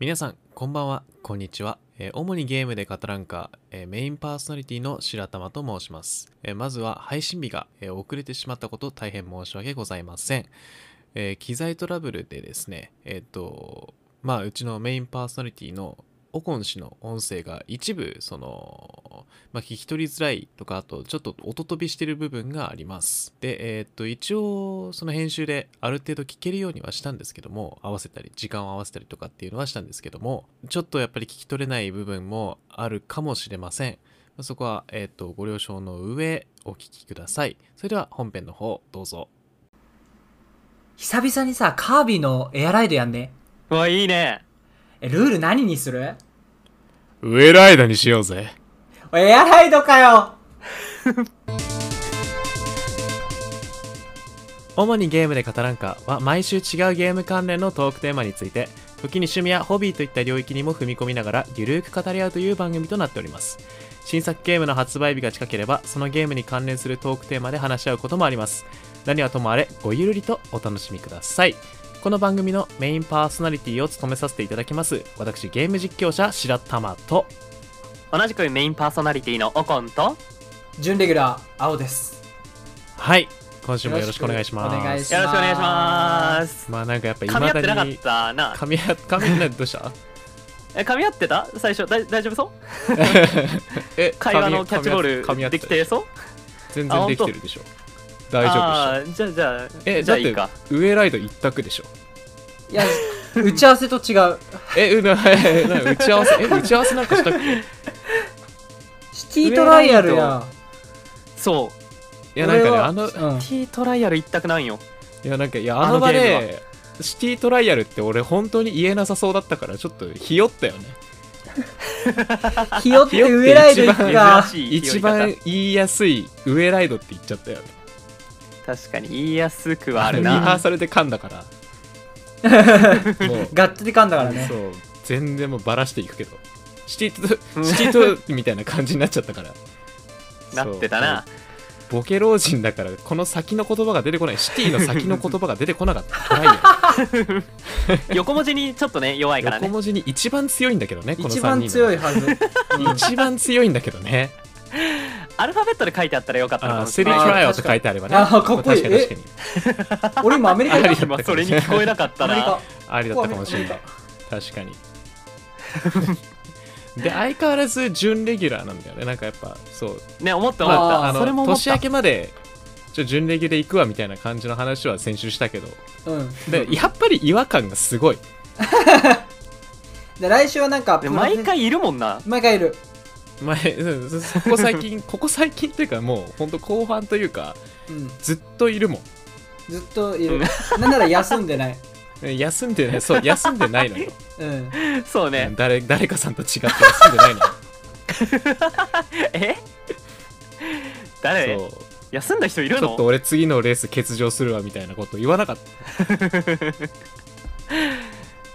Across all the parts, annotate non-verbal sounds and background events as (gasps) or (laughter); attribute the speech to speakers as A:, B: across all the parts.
A: 皆さんこんばんはこんにちは、えー主にゲームで語らんか、えーメインパーソナリティの白玉と申します、えーまずは配信日が、えー遅れてしまったこと大変申し訳ございません、えー機材トラブルでですねえっ、とまあうちのメインパーソナリティのオコン氏の音声が一部その、まあ、聞き取りづらいとかあとちょっと音飛びしてる部分がありますでえーっと一応その編集である程度聞けるようにはしたんですけども合わせたり時間を合わせたりとかっていうのはしたんですけどもちょっとやっぱり聞き取れない部分もあるかもしれませんそこは、えーっとご了承の上お聞きくださいそれでは本編の方どうぞ
B: 久々にさ、カービィのエアライドやんね。
C: うわ、いいね。
B: え、ルール何にする
A: 上ライダーにしようぜ
B: おいエアライドかよ
A: 主にゲームで語らんかは毎週違うゲーム関連のトークテーマについて時に趣味やホビーといった領域にも踏み込みながらゆるーく語り合うという番組となっております新作ゲームの発売日が近ければそのゲームに関連するトークテーマで話し合うこともあります何はともあれごゆるりとお楽しみくださいこの番組のメインパーソナリティを務めさせていただきます私ゲーム実況者白玉と
C: 同じくメインパーソナリティのオコンと、
B: 準レギュラー、青です。
A: はい今週もよろしくお願いします
B: よろしくお願いし
C: よろしくお願いしま。
B: ます
A: まあなんかやっぱ
C: 噛み合って
A: 未
C: な
A: だ
C: か
A: に
C: ったな。
A: 噛み合噛み合ってないどうした
C: え、噛み合ってた最初、だい大丈夫そう
A: え
C: 会話のキャッチボ
A: 噛み合
C: ー
A: っ
C: ルできてるそう
A: 全
C: あ
A: 然でき
C: 本当
A: てるでしょ大丈夫でしょ
C: 夫じゃあ、じゃあ、
A: え
C: じ
A: だ
C: ゃ
A: っ
C: あいいか。
A: て上ライド一択でしょ
B: いや、 (laughs) 打ち合わせと違う。
A: えうな (laughs) な打ち合わせえ打ち合わせなんかしたっ
C: (laughs)
A: け
B: シティトライアルや。
C: そう。
A: いやなんか
B: 俺
A: ね
B: は
A: あの (laughs)
B: うん
C: T トライアル一択なんよ。
A: いやなんかいや
C: あ
A: あ
C: の
A: の場
C: ゲー
A: でシティトライアルって俺本当に言えなさそうだったからちょっとひよったよね
B: ひよって上ライド行く
C: 珍
B: か。
C: しい。
A: 一番言いやすい上ライドって言っちゃったよね
C: 確かに言いやすくはある
A: リハ
C: な
A: ー。サルで噛んだ
C: (laughs)
A: からもう
B: ガッツで噛んだからね
A: そ。う全然もうバラしていくけどシティとシティとみたいな感じになっちゃった
B: (laughs)
A: から
C: なってたな。
A: そうボケ老人だからこの先の言葉が出てこないシティの先の言葉が出てこなかった
B: (laughs)
A: トライ
C: 横文字にちょっとね、弱
A: ア
C: い
A: ル
C: から
A: 横
C: ね。
A: 文字に一番強いんだけどねこの3人
B: 一番強
A: い
B: いはず。
A: 一番強いんだけどね
B: (laughs)
C: アルファベットで書いてあったらよかったのか
A: あ
C: も
A: ー
C: し
A: セ
C: れ
A: リ
C: な
A: ト
C: い。
A: ライオと書いてあればね
B: あーかっこい
A: 確
B: い
A: かに確かに
B: 俺今アメリカ行っ。
A: リ
C: 今それに聞こえなかったた
B: アメリ
C: ら
B: カ。。
A: ありだったかもしれない確かにで相変わらず準レギュラーなんだよねなんかやっぱそう
C: ね、思った思った。
B: あ
A: あ
C: それも
A: の
C: 思っ
A: 年
C: た
A: 明。けまでちょ準レギュで行くわみたいな感じの話は先週したけど
B: うん。
A: でやっぱり違和感がすごい
B: で、来週はなんか、
C: で毎。回いるもんな。
B: 毎回いる。
A: 前うんそそここ最
C: (laughs)
A: 近ここ最近というかもうほんと後半というか
B: うん。
A: ずっといるも
B: ずっといる。なんなら休んでない。
A: ん休んでないそう休んでないのよ、 (laughs)
B: うん。
C: そう (laughs) ね。
A: 誰誰かさんと違って休んでないのよ
C: (laughs) え誰
A: そう
C: 休んだ人いる
A: ちょっと
C: (laughs) の
A: 俺次のレース欠場するわみたいなこと言わなかった
C: (laughs)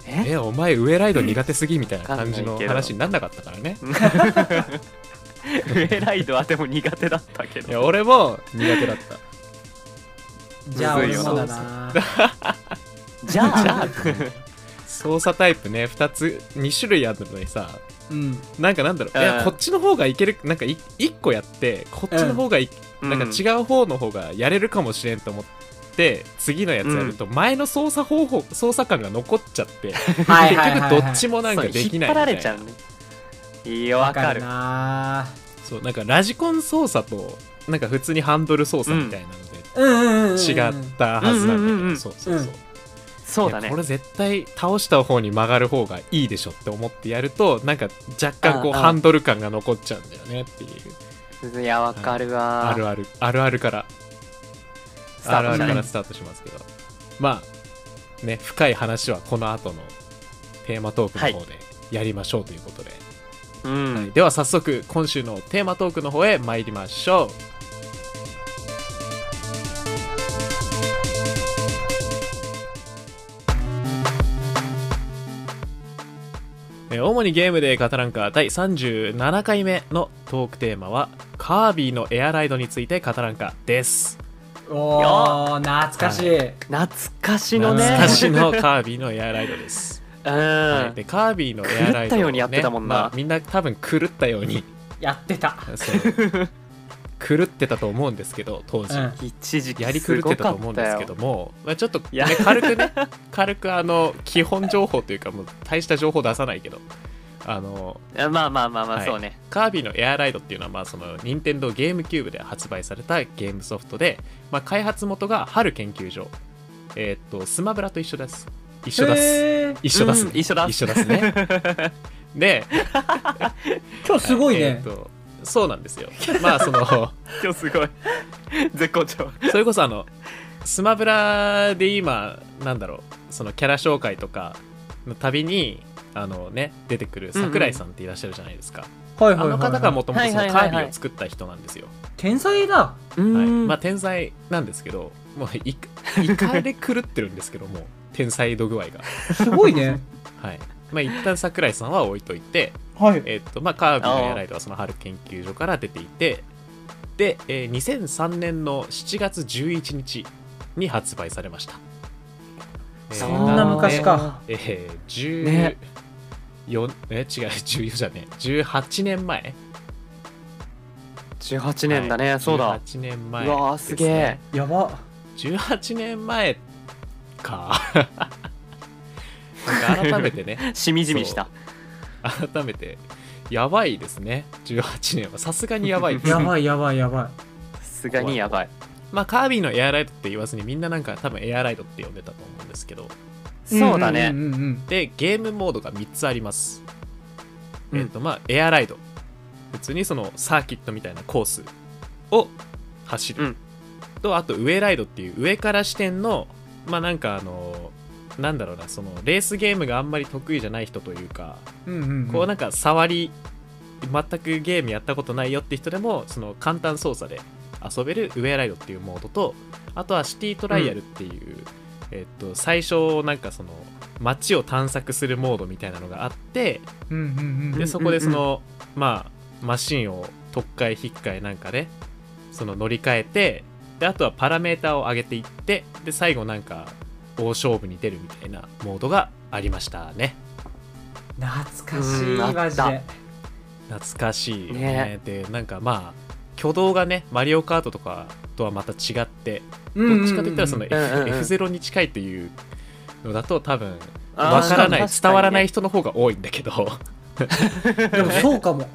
C: え
A: えお前ウエライド苦手すぎみたいな
C: わか
A: 感
C: んない
A: じ
C: けど
A: の話になんなかったからね
C: ウエライドはでも苦手だったけ
A: い
C: ど
A: や俺も苦手だった
B: じゃあ、
C: むず
B: 俺
C: いよ
B: もだな。
C: じゃあ
A: じゃあ操作タイプね2つ2種類あるのにさ
B: うん。
A: なんかなんだろう、
C: うん
A: いやこっちの方がいけるなんかい一個やってこっちの方がい、
C: うん
A: なんか違う方の方がやれるかもしれんと思って次のやつやると前の操作方法操作感が残っちゃって
B: はいはい
A: (laughs) 結
B: はいはい。
A: 局どっちもなんかできない
C: 引っ張ら
A: み
C: れ
A: たい
C: ちゃ
A: な
C: うねいいよわかる
B: な
A: そうなんかラジコン操作となんか普通にハンドル操作みたいなので
B: うんうんうん、うん、
A: 違ったはずな
C: うんうん
A: だけど
C: んうんうん
A: そうそうそう
C: そうだ
A: い
C: ね
A: やこれ絶対倒した方に曲がる方がいいでしょって思ってやるとなんか若干こう
C: ああ
A: ハンドル感が残っちゃうんだよねっていう
C: いやわかるわ
A: あるあるあるあるから
C: スタ
A: あ
C: ー
A: るあ
C: ト
A: る
C: した
A: か
C: ね
A: らスタートしますけど、まあね深い話はこの後のテーマトークの方でやりましょうということで、
C: う
A: はい
C: ん
A: では早速今週のテーマトークの方へ参りましょうえー主にゲームで語らんか第37回目のトークテーマは「カービィのエアライドについて語らんか」です
B: おー懐かしい、
C: 懐かしのね
A: 懐かしのカービィのエアライドです。はい、でカービィのエアライド、ね、
C: 狂ったようにやってたもんな
A: まあみんな多分狂ったように
B: やってた。
A: そう狂ってたと思うんですけど当時、
B: うん。
C: 一時期
A: やり狂ってたと思うんですけども、まあ、ちょっと、ね
C: いや、
A: 軽くね軽くあの基本情報というかもう大した情報出さないけどあの
C: すごかったよまあまあまあまあ、
A: はい
C: そうね
A: カービィのエアライドっていうのはまあその任天堂ゲームキューブで発売されたゲームソフトで、まあ、開発元が春研究所えーっとスマブラと一緒です一緒です、
B: へー
A: 一緒です、
C: うん一緒だ
A: 一緒です
B: (laughs)
A: ねで
B: 今日すごい
A: えーっ
B: ね。
A: とそうなんですよまあその
C: (laughs) 今日すごい絶好調
A: (laughs) それこそあのスマブラで今なんだろうそのキャラ紹介とかのたびにあのね出てくる桜井さんっていらっしゃるじゃないですか、
B: はい
A: あの方がもともとその
C: はい
A: カ
C: はいはいはい
A: ービィを作った人なんですよ、
B: 天才だ。
C: う
A: はい
C: ん
A: まあ天才なんですけどもうい怒で狂ってるんですけども天才度具合が
B: すご
A: (laughs)
B: いね。
A: はいまあ一旦桜井さんは置いといて、
B: はい。
A: えっとまあ、カービィのエアライドはその春研究所から出ていてで、えー2003年の7月11日に発売されました、えー
B: そんな昔か。
A: えー、10、
C: ね
A: 4え違う14じゃねえ18年前
C: 18年だね、
A: はい
C: そうだ
A: 18年前
C: うわーすげえ
B: やば。
A: 18年前
C: (laughs)
A: かなんか改めてね
C: しみじみした
A: 改めてやばいですね18年はさすがにやばいです
B: やばいやばいやば
C: さすがにやばい
A: まあカービィのエアライドって言わずにみんななんか多分エアライドって呼んでたと思うんですけど (laughs)
B: い。
C: そうだね
B: んうんうんうん
A: でゲームモードが3つあります、
C: うん
A: えっ、とまあエアライド普通にそのサーキットみたいなコースを走る、
C: うん
A: とあと上ライドっていう上から視点のまあなんかあのなんだろうなそのレースゲームがあんまり得意じゃない人というか、
B: うんうんうん。
A: こうなんか触り全くゲームやったことないよって人でもその簡単操作で遊べるウェアライドっていうモードとあとはシティトライアルっていう、えっと、最初なんかその街を探索するモードみたいなのがあって
B: うんうんうん
A: でそこでその、まあマシンを特っ引っかえなんかで、その乗り換えてであとはパラメーターを上げていってで最後なんか大勝負に出るみたいなモードがありましたね。
B: 懐かしい
C: うん
B: マジ
C: あっ
B: で。
A: 懐かしいよね
C: ね
A: でなんかまあ挙動がねマリオカートとかとはまた違って
B: ど
A: どっちかといったらその F-
C: うんうんうん
A: F0 に近いというのだと多分
C: あー
A: わからない、
C: 確にね
A: 伝わらない人の方が多いんだ
C: (laughs)
A: けど
B: でもそうかも。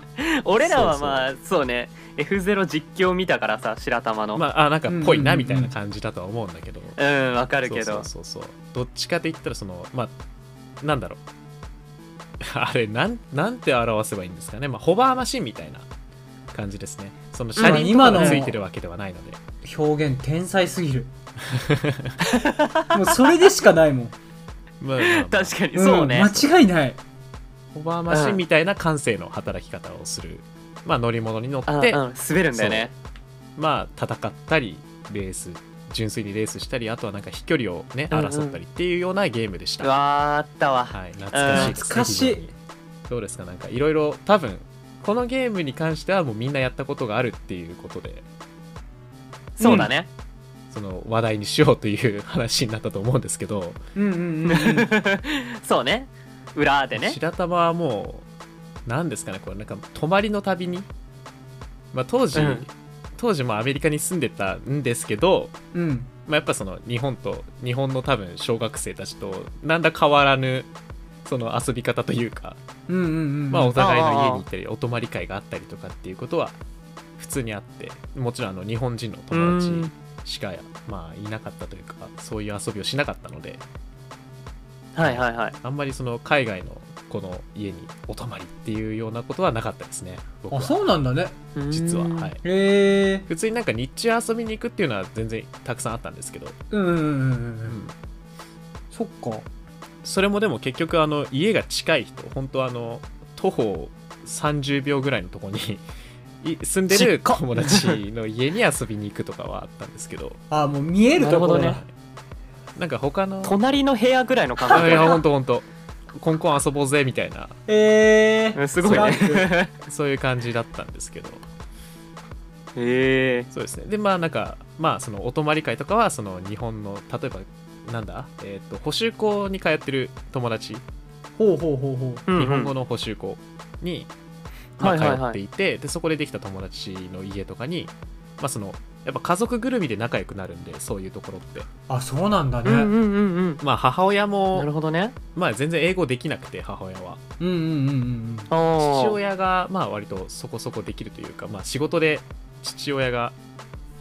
C: 俺らはまあそうね F0 実況見たからさ白玉の、
A: まああなんかぽいな
B: うん
A: み
B: うんうん
A: たいな感じだとは思うんだけど、
C: うんわかるけど
A: そうそうそうそうどっちかといったらそのまあなんだろう (laughs) あれなんなんて表せばいいんですかね、まあ、ホバーマシンみたいな感じですねその車輪と
B: ま
A: か
B: あ今の
A: がついてるわけではないので、
B: 表現天才
A: (laughs)
B: すぎる。もうそれでしかないもん。
A: まあまあまあ
C: (laughs) 確かにそうね、
B: ん間違いない。
A: ホバーマシンみたいな感性の働き方をする、まあ、乗り物に乗っ
C: うん
A: て、
C: うん、滑るんだよね
A: まあ、戦ったりレース純粋にレースしたりあとはなんか飛距離をね
C: うんうん
A: 争ったりっていうようなゲームでした、
C: うわーあったわ
A: はい、懐かしいですね
B: 懐かしい
A: 非常にどうですかなんかいろいろ多分このゲームに関してはもうみんなやったことがあるっていうことで
C: そうだね、
A: その話題にしようという話になったと思うんですけど、
B: うんうんうんうん。
C: そうね裏でね
A: 白玉はもう何ですかねこれなんか泊まりの旅に、まあ、当時、
C: うん
A: 当時もアメリカに住んでたんですけど、
B: うん。
A: まあ、やっぱその日本と日本の多分小学生たちとなんだ変わらぬその遊び方というか、
B: うんうんうん。
A: (laughs) まあ、お互いの家に行ったりお泊まり会があったりとかっていうことは普通にあってもちろんあの日本人の友達しかまあいなかったというかそういう遊びをしなかったので
C: はいはいはい
A: あんまりその海外のこの家にお泊まりっていうようなことはなかったですね僕
B: あ、
A: は
B: そうなんだね。
A: 実ははいい
B: へえ。
A: 普通になんか日中遊びに行くっていうのは全然たくさんあったんですけど、
B: うんうんうんうんうん。そっか。
A: それもでも結局あの家が近い人本当あの徒歩30秒ぐらいのとこにい住んでる
C: 近っ
A: 友達の家に遊びに行くとかはあったんですけ
B: (laughs)
A: ど
B: あ、もう見えるところ
C: なる
B: だ
C: ほ。
A: なんか他の
C: 隣の部屋ぐらいの感
A: あ
C: 覚
A: いや本当本当コンコン遊ぼうぜみたいな
B: え
C: う
B: ー。
C: んすごいね
B: スランプ
A: そういう感じだったんですけど
C: (laughs) へえ
A: そうですねでまあなんかまあそのお泊まり会とかはその日本の例えばなんだ、えっと補習校に通ってる友達
B: ほうほうほうほう。
C: うんうん
A: 日本語の補習校に、ま
C: は
A: あ、
C: い
A: 通
C: はいはい
A: っていて、でそこでできた友達の家とかに、まあ、そのやっぱ家族ぐるみで仲良くなるんでそういうところって、
B: あ、そうなんだね。
C: うん
B: うん
C: うんうんうん
A: まあ、母親
C: なる
A: も、
C: ほどね
A: まあ、全然英語できなくて母親は
B: うんうんうん
C: あー
A: 父親がまあ割とそこそこできるというか、まあ、仕事で父親が、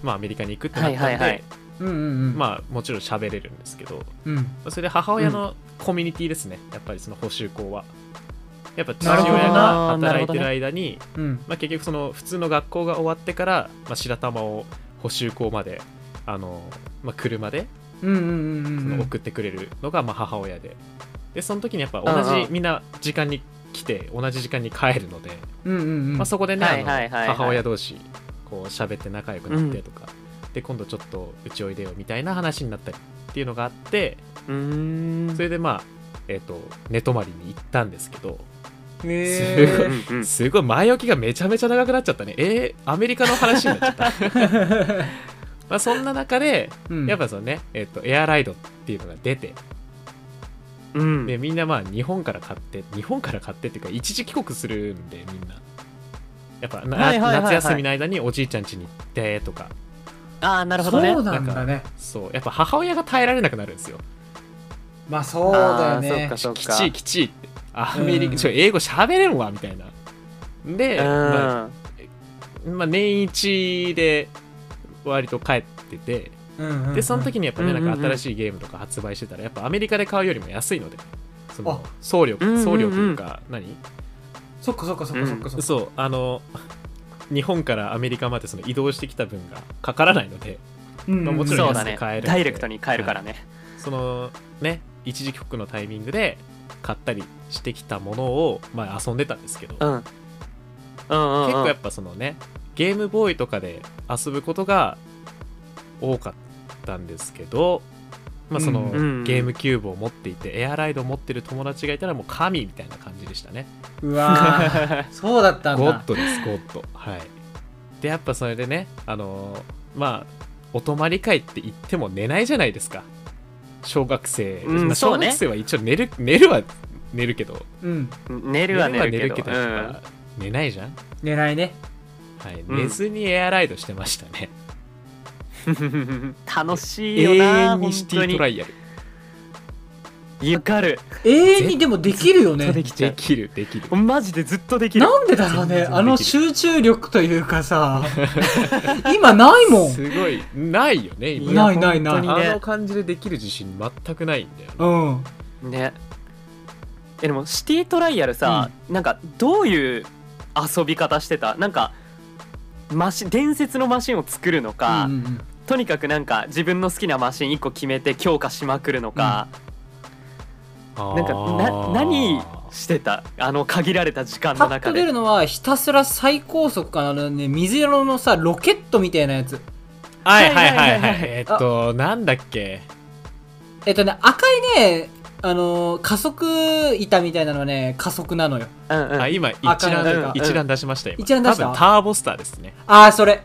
A: まあ、アメリカに行くってなったんで、
C: はいはいはい
B: うん。うんうんうん。あ。
A: まあ、もちろん喋れるんですけど
B: うん。
A: それで母親のコミュニティですね、やっぱりその補修校は。やっぱ父
B: なるほど
A: 親が
C: あーなる
A: 働い
C: ほど
A: て
C: ね
A: る間に、
B: うん。
A: まあ、結局その普通の学校が終わってから、まあ、白玉を補修校まであの、まあ、車で
B: うんうんうんうん。
A: その送ってくれるのがまあ母親ででその時にやっぱ同
C: うん
A: じ
C: うん
A: みんな時間に来て同じ時間に帰るので、
B: うんうんうん。
A: まあ、そこでね、
C: はいはいはいはい
A: あの母親同士こう喋って仲良くなってとか、で今度ちょっとうちおいでよみたいな話になったりっていうのがあって
C: うーん
A: それでまあえっ、と寝泊まりに行ったんですけど
B: へ
A: すご
B: ー
C: うんうん
A: すごい前置きがめちゃめちゃ長くなっちゃったねえーアメリカの話になっちゃ
C: (laughs)
A: ったまあそんな中で
B: う
A: (laughs)
B: ん
A: やっぱそのね、えっとエアライドっていうのが出て
C: うん
A: でみんなまあ日本から買って日本から買ってっていうか一時帰国するんでみんなやっぱな、
C: はいはいはいはい
A: 夏休みの間におじいちゃん家に行ってとか
C: ああなるほどね
B: そうなんだね。
A: そうやっぱ母親が耐えられなくなるんですよ
B: まあそうだよ
C: あ
B: ね
C: ー。そっ
A: き
C: か
A: ち
C: そっ
A: い
C: か
A: きちいってアメリカ、
B: うん
A: ちょ英語喋れんわみたいなで、
C: うん
A: まあまあ、年一で割と帰ってて
B: うんうんうん
A: でその時にやっぱね
C: うん
A: な
C: うんんうん
A: か新しいゲームとか発売してたらやっぱアメリカで買うよりも安いのでその
B: あ
A: 送料
C: うんうんうん
A: 送料というか何
B: そっかそっかそっかそっかそっか。
A: そうあの日本からアメリカまでその移動してきた分がかからないので
B: うんうん
A: まあもちろん
C: そう
A: 安
C: だ
A: く
C: ね
A: 買えるんで
C: ダイレクトに買えるからね
A: そのね一時帰国のタイミングで買ったりしてきたものをまあ遊んでたんですけど
C: うんうんうん
A: 結構やっ
C: ぱ
A: ぱそのねゲームボーイとかで遊ぶことが多かったんですけど、まあ、その
B: うん
C: うん
A: ゲームキューブを持っていてエアライドを持ってる友達がいたらもう神みたいな感じでしたね
B: うわーそうだったんだ。
A: ゴッドですゴッドはいでやっぱそれでねあのーまあお泊まり会って言っても寝ないじゃないですか小学生、
C: うん
A: まあ
C: そ
A: 小
C: うね
A: 学生は一応寝る寝るは寝るけど
B: うん。
C: (laughs) 寝るは寝るけど
A: 寝るは寝るけど寝ないじゃん、
B: 狙いね。
A: はい、
C: うん
A: 寝ずにエアライドしてましたね、
C: うん楽しい
A: 永
C: よな
A: 遠
C: 本
A: にシテ
C: 当
A: ィ
C: に
A: トライアル
C: わかる
B: 永遠にでもできるよね。
C: できちゃ
A: で
C: う
A: きるできる
C: マジでずっとで (laughs) きる
B: なんでだろう
A: 全
B: ね。
A: 然
B: あの
A: でき
B: 集中力というかさ、 (laughs) 今ないもん。
A: すごいないよね今
C: や
B: ないないない
C: 本当にね
A: あの感じでできる自信全くないんだよね
B: うん。
C: ねえでもシティトライアルさ、なんかどういう遊び方してたなんかマシン伝説のマシンを作るのか、
B: うんうん
C: とにかくなんか自分の好きなマシン1個決めて強化しまくるのか、なんかな何してたあの限られた時間
B: パ
C: の
B: ッと
C: 中
B: 出
C: で
B: るのはひたすら最高速かなあのね水色のさロケットみたいなやつ
A: はいはいはいは
C: はいは
A: い
C: いはいはい
A: えっとなんだっけ
B: えっとね赤いねあのー加速板みたいなのはね加速なのよ
C: うんうん
A: あ今一
B: 赤いなん
A: 覧
B: か
A: 一覧出しました今
B: 一覧出した
A: 多分ターボスターですね
B: ああそれ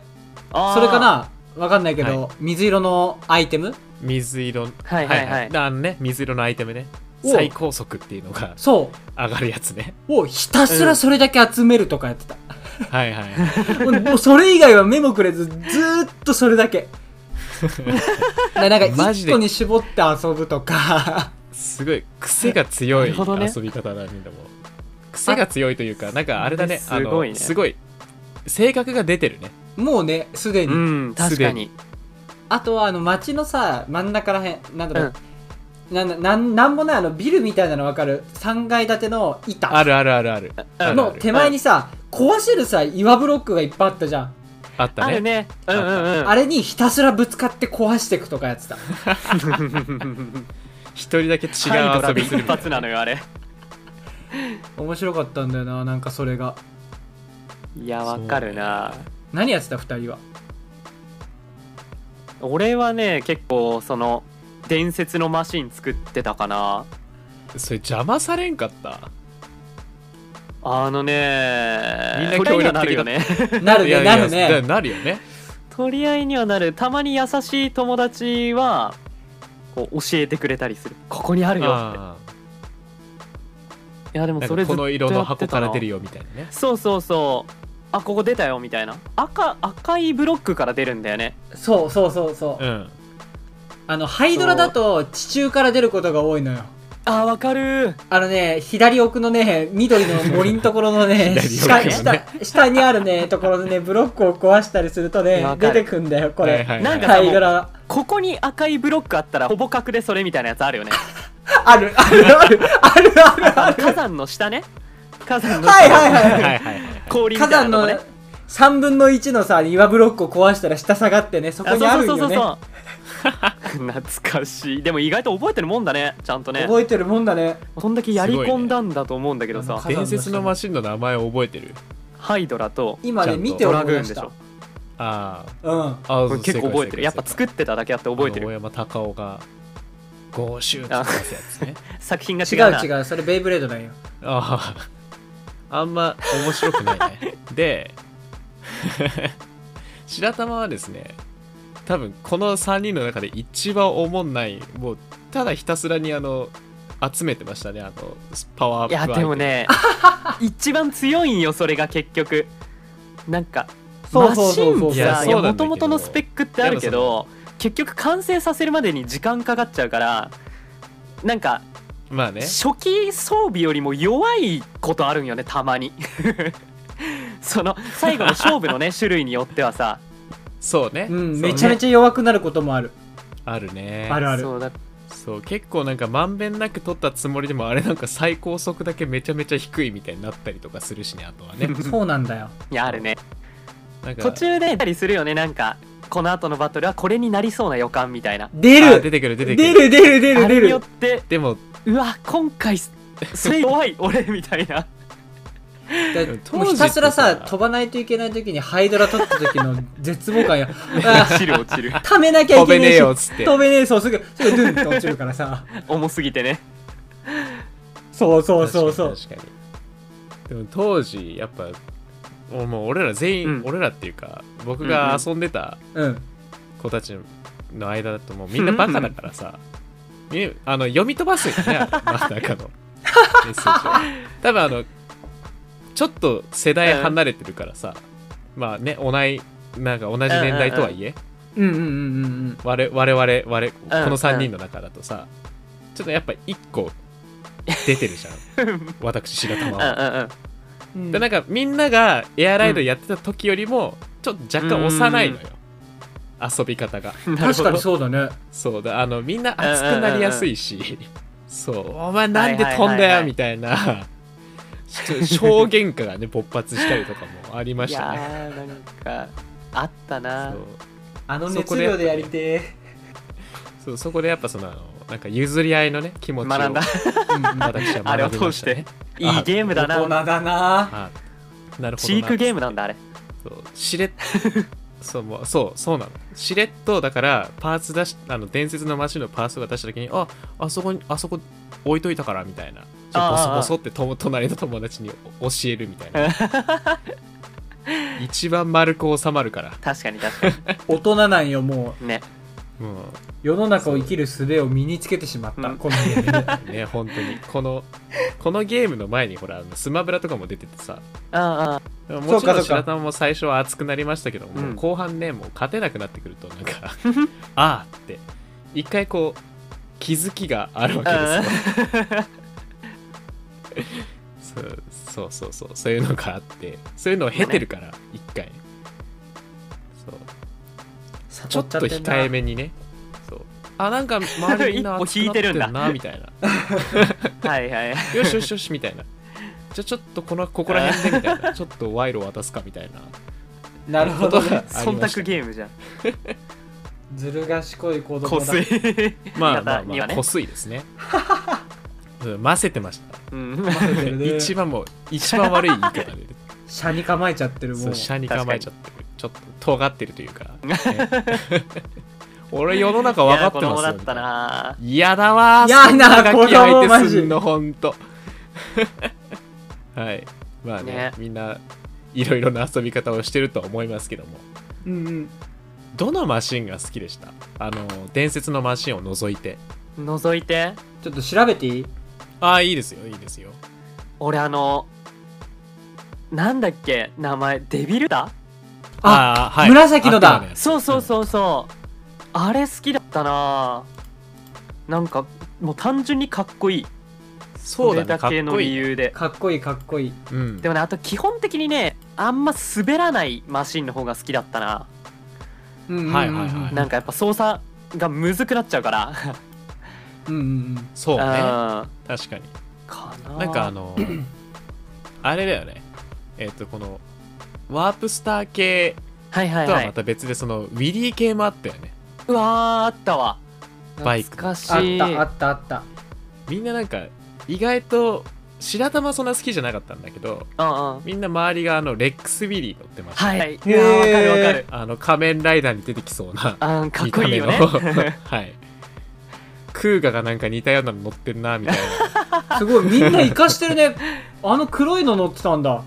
C: あー
B: それかなわかんないけど、水色のアイテム
A: 水色
C: はいはいはい
A: あのね水色のアイテムね
B: お
A: 最高速っていうのが
B: そ
A: 上がるやつね
B: うをひたすらそれだけ集めるとかやってた、
A: はいはい
B: もうもうそれ以外は目もくれずずーっとそれ
A: (laughs)
B: だけななんか
A: マジ
B: 一
A: で
B: 個に絞って遊ぶとか
A: すごい癖が強い
C: なるほどね
A: 遊び方だねでも癖が強いというかなんかあれだね
C: す
A: あの
C: ごいね
A: すごい性格が出てるね
B: もうねすでに、
C: うん確かに
B: あとはあの街のさ真ん中らへんなんだろう、なんだなんなんもないあのビルみたいなの分かる3階建て
A: あ
B: の板
A: るあるあるあるあるあ
B: の
A: る
B: 手前にさ壊せるさ岩ブロックがいっぱいあったじゃん、
A: あった
C: あ
A: ね
C: るねうんうんうん
B: あれにひたすらぶつかって壊していくとか
A: (laughs)
B: やってた
A: 一人だけ違
C: ハイド
A: う
C: ラ
A: 遊び
C: で
A: す
C: 一
A: るみたい
C: 発なのよあれ
B: 面白かったんだよななんかそれが
C: いやわかるな
B: 何やってた2人は
C: 俺はね結構その伝説のマシン作ってたかな
A: それ邪魔されんかった
C: あのね
A: みんな
C: 取り合
A: 協
C: いに
A: 力的だ
C: はなるよね (laughs)
B: なる
A: いや
B: ね
A: いや
B: なる
A: だ
B: ね
A: なるよね
C: 取り合いにはなるたまに優しい友達はこう教えてくれたりするここにあるよって
A: あー
C: いやでも
A: なん
C: そ
A: か
C: れず
A: こ
C: っと
A: の色の箱から
C: やっ
A: 出
C: てた
A: るよ
C: な
A: みたいなね
C: そうそうそうあここ出たよみたいな赤赤いブロックから出るんだよね
B: そうそうそうそう、
A: うん
B: あのハイドラだと地中から出ることが多いのよ
C: あーわかる
B: あのね左奥のね緑の森のところのね
A: 左奥の
B: 下
A: ね
B: 下下にあるねところのねブロックを壊したりするとね
C: わ
B: 出
C: か
B: て
C: る
B: くんだよこれ、
A: はいはいはい
C: なんか
B: ハイドラ
C: ここに赤いブロックあったらほぼ角でそれみたいなやつあ
B: (laughs)
C: るよね
B: あるあるあるあるあるあ
C: あ
B: る
C: 火山の下ね火山の下
B: はいはいはい
A: は
B: は
A: は
B: いい
A: い
C: (laughs)
A: はいはい
C: (laughs) 氷み
B: 火
C: たい
B: 山
C: なと
B: の
C: こね
B: 3分の1のさ岩ブロックを壊したら下下がってねそこ
C: あ
B: にあるんよ
C: そうそうそう
B: ね
C: そう (laughs) 懐かしいでも意外と覚えてるもんだねちゃんとね
B: 覚えてるもんだね
C: こんだけやり込んだんだと思うんだけど
B: すご
C: さ、
B: いね
A: 伝説のマシンの名前を覚えてる
C: ハイドラと
B: 今
A: ちゃ
B: ね
A: んと
B: 見て
C: ド
B: 思
C: ラ
B: い
C: グー
B: ま
C: ン
B: し
C: でしたょ
A: あ
B: うん
A: ああ
C: これ結構覚えてるやっぱ
A: っ
C: 作ってただけあって覚えて
A: 大
C: る
A: 山隆夫がゴーシューってやつやつね
C: 作品が違
B: 違
C: う
B: う
C: な
B: 違うそれベイブレードだよ
A: あああんま面白くないねで白玉はですね多分この3人の中で一番おもんないもうただひたすらにあの集めてましたねあのパワーアップ
C: い
A: アイ
C: や
A: テム
B: (laughs)
C: でもね一番強いんよそれが結局なんか
B: そう
C: マ
B: そう
C: シ
B: そうそう
C: ン
A: いや
C: さ
A: そうなんだ
C: も
A: けど
C: ともとのスペックってあるけ
A: で
C: ど結局完成させるまでに時間かかっちゃうからなんか
A: まあね
C: 初期装備よりも弱いことあるんよねたまに (laughs) その最後の勝負
A: (laughs)
C: のね種類によってはさ
A: そうね、
B: うん、
A: そう
B: めちゃめちゃ弱くなることもある。
A: あるね
B: あるある。
C: そうだ
A: そう結構なんかまんべんなく取ったつもりでもあれなんか最高速だけめちゃめちゃ低いみたいになったりとかするしねあとは
B: (laughs)
A: ね
B: そうなんだよ。
C: いやあるね
A: なんか
C: 途中でたりするよねなんかこの後のバトルはこれになりそうな予感みたいな
B: 出
A: あ出
B: る
A: てくる出てくる
B: 出る出る出る
C: あれ
B: 出
C: によ
B: る
C: っ。て
A: でも
C: うわ今回
A: (laughs)
C: すそれ弱い俺みたいな
B: もうひたすら
A: 当時
B: さ
A: ってさ
B: 飛ばないといけない時にハイドラ取った時の絶
A: (laughs)
B: 望感や
C: 落ちる落ちる
B: ためなきゃい
A: 飛
B: け
A: べ
B: ね
A: ね
B: え
A: え
B: し
A: よっつって
B: 飛べねえそうすぐすぐドゥンって落ちるからさ
C: 重すぎてね
B: そうそうそうそう
A: 確かに確かにでも当時やっぱもうもう俺ら全員、
C: うん
A: 俺らっていうか僕が遊んでた
B: うん
A: 子たちの間だともうみんなバカだからさ、みあの読み飛ばすよね
B: (laughs)
A: あの真ん中のメッセージを多分あのちょっと世代離れてるからさ、まあね同いなんか同じ年代とはいえ、
B: うんうんうんうん
A: 我我々我
C: うん
A: この3人の中だとさ、ちょっとやっぱ1個出てるじゃん
C: (laughs)
A: 私白玉
C: うん
A: は
C: うん。うん
B: うん
A: でなんかみんながエアライドやってた時よりもちょっと若干幼いのよ遊び方が
C: な
B: 確
C: るほ
B: か
C: ど
B: にそうだね
A: そうだあのみんな熱くなりやすいしそうお前なんで飛ん
C: はいはいはい
A: だ
C: は
A: よ
C: い
A: みたいなちょ小喧嘩
C: (laughs)
A: がね勃発したりとかもありま
C: い
A: したね
C: やーなんかあったな
A: そう
B: あの
A: そこ
B: 熱
A: で
B: 量でやりて
A: そうそこでやっぱそのあのなんか譲り合いのね気持ちを
C: 学んだ
B: えうんうん大
A: 私は
C: あれを
A: 学びま
C: 通
A: し
C: した
A: ね
C: ていいゲームだ
B: 人
C: な
B: だな
A: あなるほどな
C: チークゲームなんだあれ
A: そうしれっ (laughs) そうもうそうそうなのしれっとだからパーツ出しあの伝説のマシンのパーツが出した時にああそこにあそこ置いといたからみたいなちょ
C: あ
A: ボソ
C: あ
A: ボソってと隣の友達に教えるみたいな一番丸く収まるから
C: 確かに確
A: (laughs)
C: か
B: 大人なんよもう
C: にね
A: も
B: 世の中を生きる術を身につけてしまった
C: うん
B: このゲーム
A: うね本当にこのこのゲームの前にほらあのスマブラとかも出ててさ
C: うんうん
A: も
B: そう
A: ち
B: か
A: ろ
B: そ
A: ん
B: う
A: 白
B: か
A: 玉も最初は熱くなりましたけども、
C: うん
A: 後半ねもう勝てなくなってくるとなんかああって一回こう気づきがあるわけですよ、そうそうそうそうそういうのがあってそういうのを経てるから一回そう (laughs) ちょ
B: 悟
A: っ
B: ちゃ
A: と (laughs)
B: てんな
A: 控えめにねそうあなんか周りみんな熱くなってる
C: 一歩
A: なみたいな
C: (laughs) はいはい
A: よしよしよしみたいなじゃあちょっとこのここら辺でみたいなちょっと賄賂渡すかみたいな
B: なるほど
A: ことが
B: ね
C: 忖度ゲームじゃん
B: ずる賢い子供
C: こ
B: だ
C: すい
A: まあ
C: 方
A: まあま
C: には
A: あ、
C: ね
A: こすいですね。うん混ぜてました。
C: うん
A: (laughs)
B: 混ぜてるね
A: 一番もう、一番悪い言い方で、
B: 車に構えちゃってるも
A: そう、
B: う
A: 下に構えちゃってる。ちょっと尖ってるという (laughs) か。ね俺、世の中分かってます
C: いや子供だ
A: よ。
C: ったな
A: 嫌だわー。
B: 嫌な
A: そんガキ相手
B: 子供マジ
A: すんの、ほん (laughs) と。はい。まあね、
C: ね
A: みんな、いろいろな遊び方をしてると思いますけども。
B: うんうん
A: どのマシンが好きでしたあの、伝説のマシンを除いて。
C: 覗いて
B: ちょっと調べていい
A: ああ、いいですよ、いいですよ。
C: 俺あのなんだっけ名前デビルだ
A: あーはい
B: 紫のだ
A: あったよね
C: そうそうそうそう、あれ好きだったななんかもう単純にかっこいい
A: そうだ
C: デ
A: ね
C: ータ系
A: かっ
C: の
A: こいい
C: 理由で
B: かっこいいかっこいい
A: うん
C: でもねあと基本的にねあんま滑らないマシンの方が好きだったな、
B: うんうんうんうん
A: はいはいはい
C: なんかやっぱ操作がむずくなっちゃうから
B: うんうんうん
A: (laughs) そうね
C: あ
A: 確かに
C: ーかな
A: なんかあ
C: (clears throat)
A: のあれだよねえっ、とこのワープスター系
C: はいはい
A: とは
C: は
A: ま
C: い
A: た別でそのウィリー系もあったよね
C: うわーあったわ
A: バイク
C: 懐かし
B: あっ
C: い
B: たあったあった
A: みんななんか意外と白玉そんな好きじゃなかったんだけど
C: うんうん
A: みんな周りがあのレックスウィリー乗ってました、
C: はい、いやーわかるわかる
A: あの仮面ライダーに出てきそうな
C: あーかっこいいよね
A: 見た目の
C: (laughs)
A: はい空ガがなんか似たようなの乗ってんなみたい
B: すごいみんな生かしてる
A: (laughs)
B: ねあの黒いの乗ってたんだ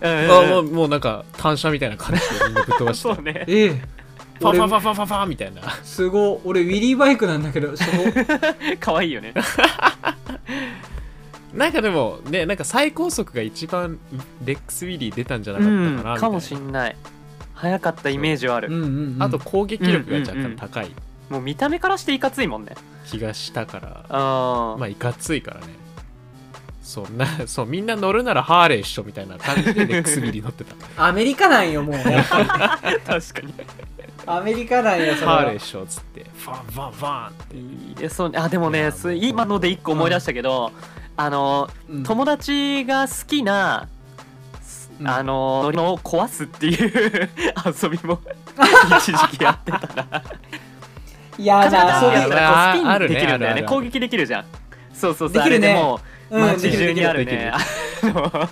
C: うんうん
A: な
C: (laughs)
A: あ
C: うん
A: もうもうなんか単車みたいな感じでみんなぶっ飛ばして
C: (laughs) そ
A: た
C: うね
B: ええ
A: パン
B: 俺
A: パンパンパンパンパンみたいな
B: すごい俺ウィリーバイクなんだけどその
A: (laughs)
C: 可愛いよね
A: なんかでもねなんか最高速が一番レックスウィリー出たんじゃな
C: う
A: かったかなみ
C: ん
A: たいな、
C: かもしんない早かったイメージはあ
B: う
C: る
B: んうん、うん、
A: あと攻撃力が若
C: うんうんう
A: 干
C: ん
A: 高い
C: もう見た目からしていかついもんね
A: 気がしたから、
C: あ
A: まあいかついからねそんな (laughs) そうみんな乗るならハーレーっしょみたいな感じでレックスウィリー乗ってた
B: アメリカな
A: (laughs)
B: んよもうやっぱり
C: あ確かに
B: アメリカなんよそれ
A: ハーレ
B: は
A: ーっしょっつってファンファンファンって
C: いいでそうねあでも
A: い
C: ね
A: や
C: す
A: もう
C: 今ので一個思い出したけど、あの
B: うん
C: 友達が好きな、す
B: うん
C: あの乗り物を壊すっていう遊びも一時期やってたな
B: 嫌な
C: そう
B: 遊び
C: だ
A: いやあ
C: スピンできるんだよ
A: あるねあるあ
C: ね
A: る
C: 攻撃できるじゃんそうそうそう
B: できるね
C: あれでもう
B: うん
C: 街
B: できるで
C: 中
B: き
C: にある
B: る
C: ね、あの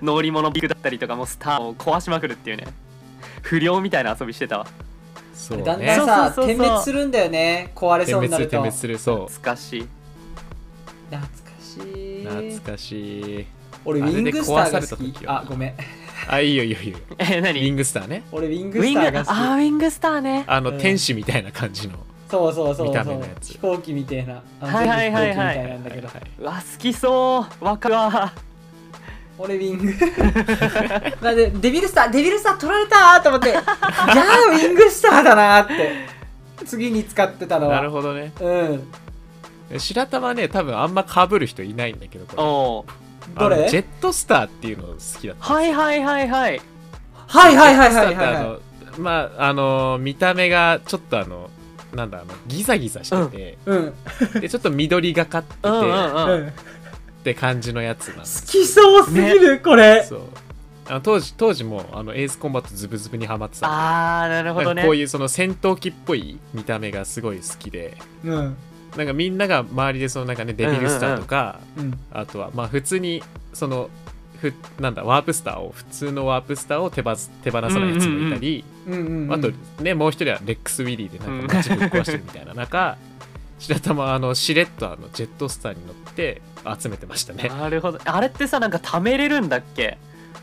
C: (laughs) 乗り物ビッグだったりとかもうスターを壊しまくるっていうね不良みたいな遊びしてたわ
A: そう
B: だん
A: ね
B: だんさ
C: そうそうそうそう
B: 点滅するんだよね壊れ
A: 点
B: そうに
A: 滅する
B: なると
A: 点滅するそ
C: 懐かしいう
B: 懐かし
A: う
B: い
A: 懐かしい
B: 俺ウィングスターが好
A: あれで壊された
B: き
A: 時は
B: あごめん
A: あいいよいいよいいよ
C: え
A: ウィ
C: 何
A: ングスターね
B: 俺ウィン
C: ウ
B: グ
C: ィ
B: ス
C: ン
B: タ
C: グ
B: ーが
C: あーウ
B: 好き
C: ィングスターね
A: あの、
B: うん
A: 天使みたいな感じの
B: そうそうそう
A: 見
B: そ
A: た目の
B: う
A: やつ
B: 飛行機みたいなあの
C: はいはいはいはい
B: 飛行機みたいなんだけど
A: はいはいう
C: わ好きそうわかるわ
B: 俺ウィング (laughs) まあでデビルスターデビルスター取られたーと
A: (laughs)
B: 思ってじゃあウィングスターだなーって次に使ってたのは
A: なるほどね
B: うん
A: 白玉ね多分あんま被る人いないんだけどこれ
C: おう
B: ど
A: あの
B: れ
A: ジェットスターっていうの好きだった
C: はいはいはいはい
B: はいはいはいはい
A: ジェットスター
B: はい
A: ってあ
B: は
A: のまああの見た目がちょっとあのなんだあのギザギザしてて、
B: いうん
A: でちょっと緑がかってて、
C: うんうん
B: う
C: うん
B: ん
A: って感じのやつなんです
B: 好きそうすぎる、これ
A: そうあの当時当時もあのエースコンバットズブズブにハマってたんで
C: あーなるほど
A: な
C: ね
A: んか (laughs) こういうその戦闘機っぽい見た目がすごい好きで
B: うん
A: なんかみんなが周りでそのなんかねデビルスターとか、
B: うん
A: あとはまあ普通にそのふなんだワープスターを普通のワープスターを手ばす手放さないやつもいたり、
B: うんうんうん
A: あとねもう一人はレックス・ウィリーでなんか街ぶっ壊してるみたいな
B: (laughs)
A: 中、白玉はあのしれっとあのジェットスターに乗って集めてましたね
C: なるほどあれってさなんか貯めれるんだっけ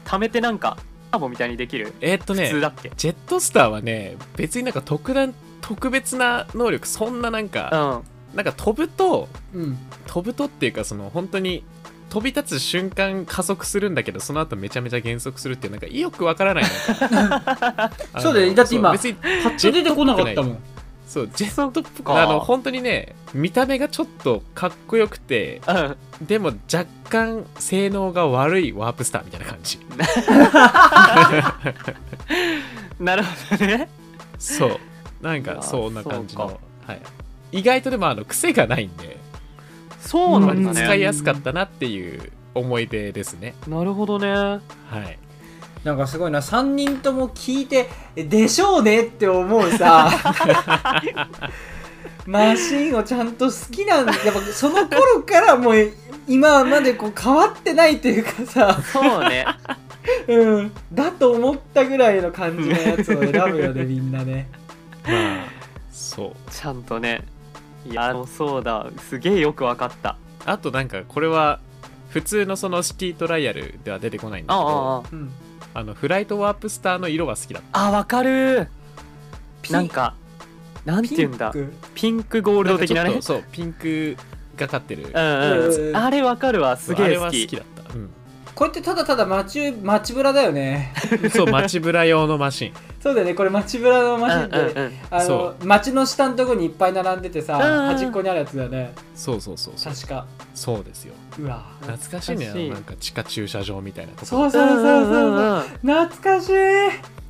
C: 貯めてなんかターボみたいにできる
A: えーっと
C: 普
A: ね
C: 通だっけ、
A: ジェットスターはね別になんか特段特別な能力そんななん
C: う
A: か、
C: ん
A: なんか飛ぶと
B: うん
A: 飛ぶとっていうかその本当に飛び立つ瞬間加速するんだけどその後めちゃめちゃ減速するっていうなんかよくわからないなんかあの
B: (laughs) そうだよねだって今
A: そう別に
B: パッと出てこなかったもん
A: そうジェッ
C: そう
A: トっぽく
C: か
A: あの本当にね見た目がちょっとかっこよくて
C: うん (laughs)
A: でも若干性能が悪いワープスターみたいな感じ
C: なるほどね
A: そうなん
C: う
A: か
C: わ
A: そんな感じ
C: そう
A: の、はい、意外とでもあの癖がないんで
C: そうなんだ
B: うん
C: ね
A: 使いやすかったなっていう思い出ですね
C: なるほどね
A: はい
B: なんかすごいな3人とも聞いて「でしょうね」って思う
C: (laughs)
B: さマシンをちゃんと好きなんやっぱその頃からもう今までこう変わってないというかさ、
C: そうね (laughs)
B: うん、だと思ったぐらいの感じのやつを選ぶよ
C: (laughs)
B: ねみんなね
A: まあそう
C: ちゃんとねいやもうそうだすげえよくわかった
A: あとなんかこれは普通のそのシティトライアルでは出てこないんだ
C: あ
A: け
C: あ
A: ど
C: ああ
B: うん
A: あのフライトワープスターの色が好きだった
C: あわかる
B: ピ
C: なんかなんて
B: ピ
C: 言う
B: ン
C: んだピン
B: ク
C: クゴールド的な
A: ちょ
C: ね
A: っとそうピンクがかってる
C: うんうん、
B: うん
C: あれわかるわすげ
A: あ
C: え
A: れ
C: 好
A: は好
C: き
A: きだった、うん
B: これってただただ街街ブラだよね
C: (laughs)
A: そう街ブラ用のマシン
B: そうだよねこれ街ブラのマシンで、
C: うんうんうん
B: あ
A: そ
B: の街の下のとこにいっぱい並んでてさ
C: うんうん
B: 端っこにあるやつだよね
A: そうそうそうそう
B: 確か
A: そうですよ
B: うわ
A: 懐かしいね
C: 懐かしい
A: なんか地下駐車場みたいなとこ
B: そうそうそうそうそう,、
C: んんん
B: 懐かしい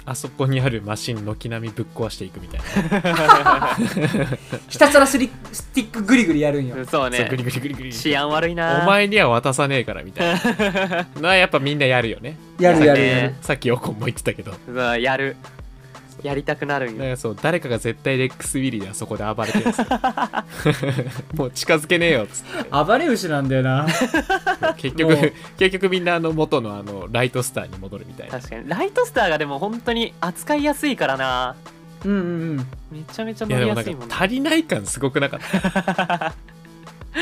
A: あそこにあるマシン軒並みぶっ壊していくみたいな
B: ひたすらスリスティックグリグリやるんよ、
C: うん (laughs) そう
A: そうグリ
C: ね
A: グリグリグリ
C: 治安悪いな
A: お前には渡さねえからみたいなのはやっぱみんなやるよね
B: やるやる
C: ね
B: やる
A: さっきおこんも言ってたけどだか
C: うんやるやりたくなるんよ
A: らそう誰かが絶対レックスウィリーであそこで暴れてるんですよもう近づけねえよっつって
B: 暴れ牛なんだよな
A: 結
B: も
A: 局
B: う
A: 結局みんなあの元のあのライトスターに戻るみたいな
C: 確かにライトスターがでも本当に扱いやすいからな
B: うんうんうん
C: めちゃめちゃ
A: いや
C: 乗
A: で
C: り
A: も
C: や
A: なん
C: すいもんね
A: か足りない感すごくなかった (laughs)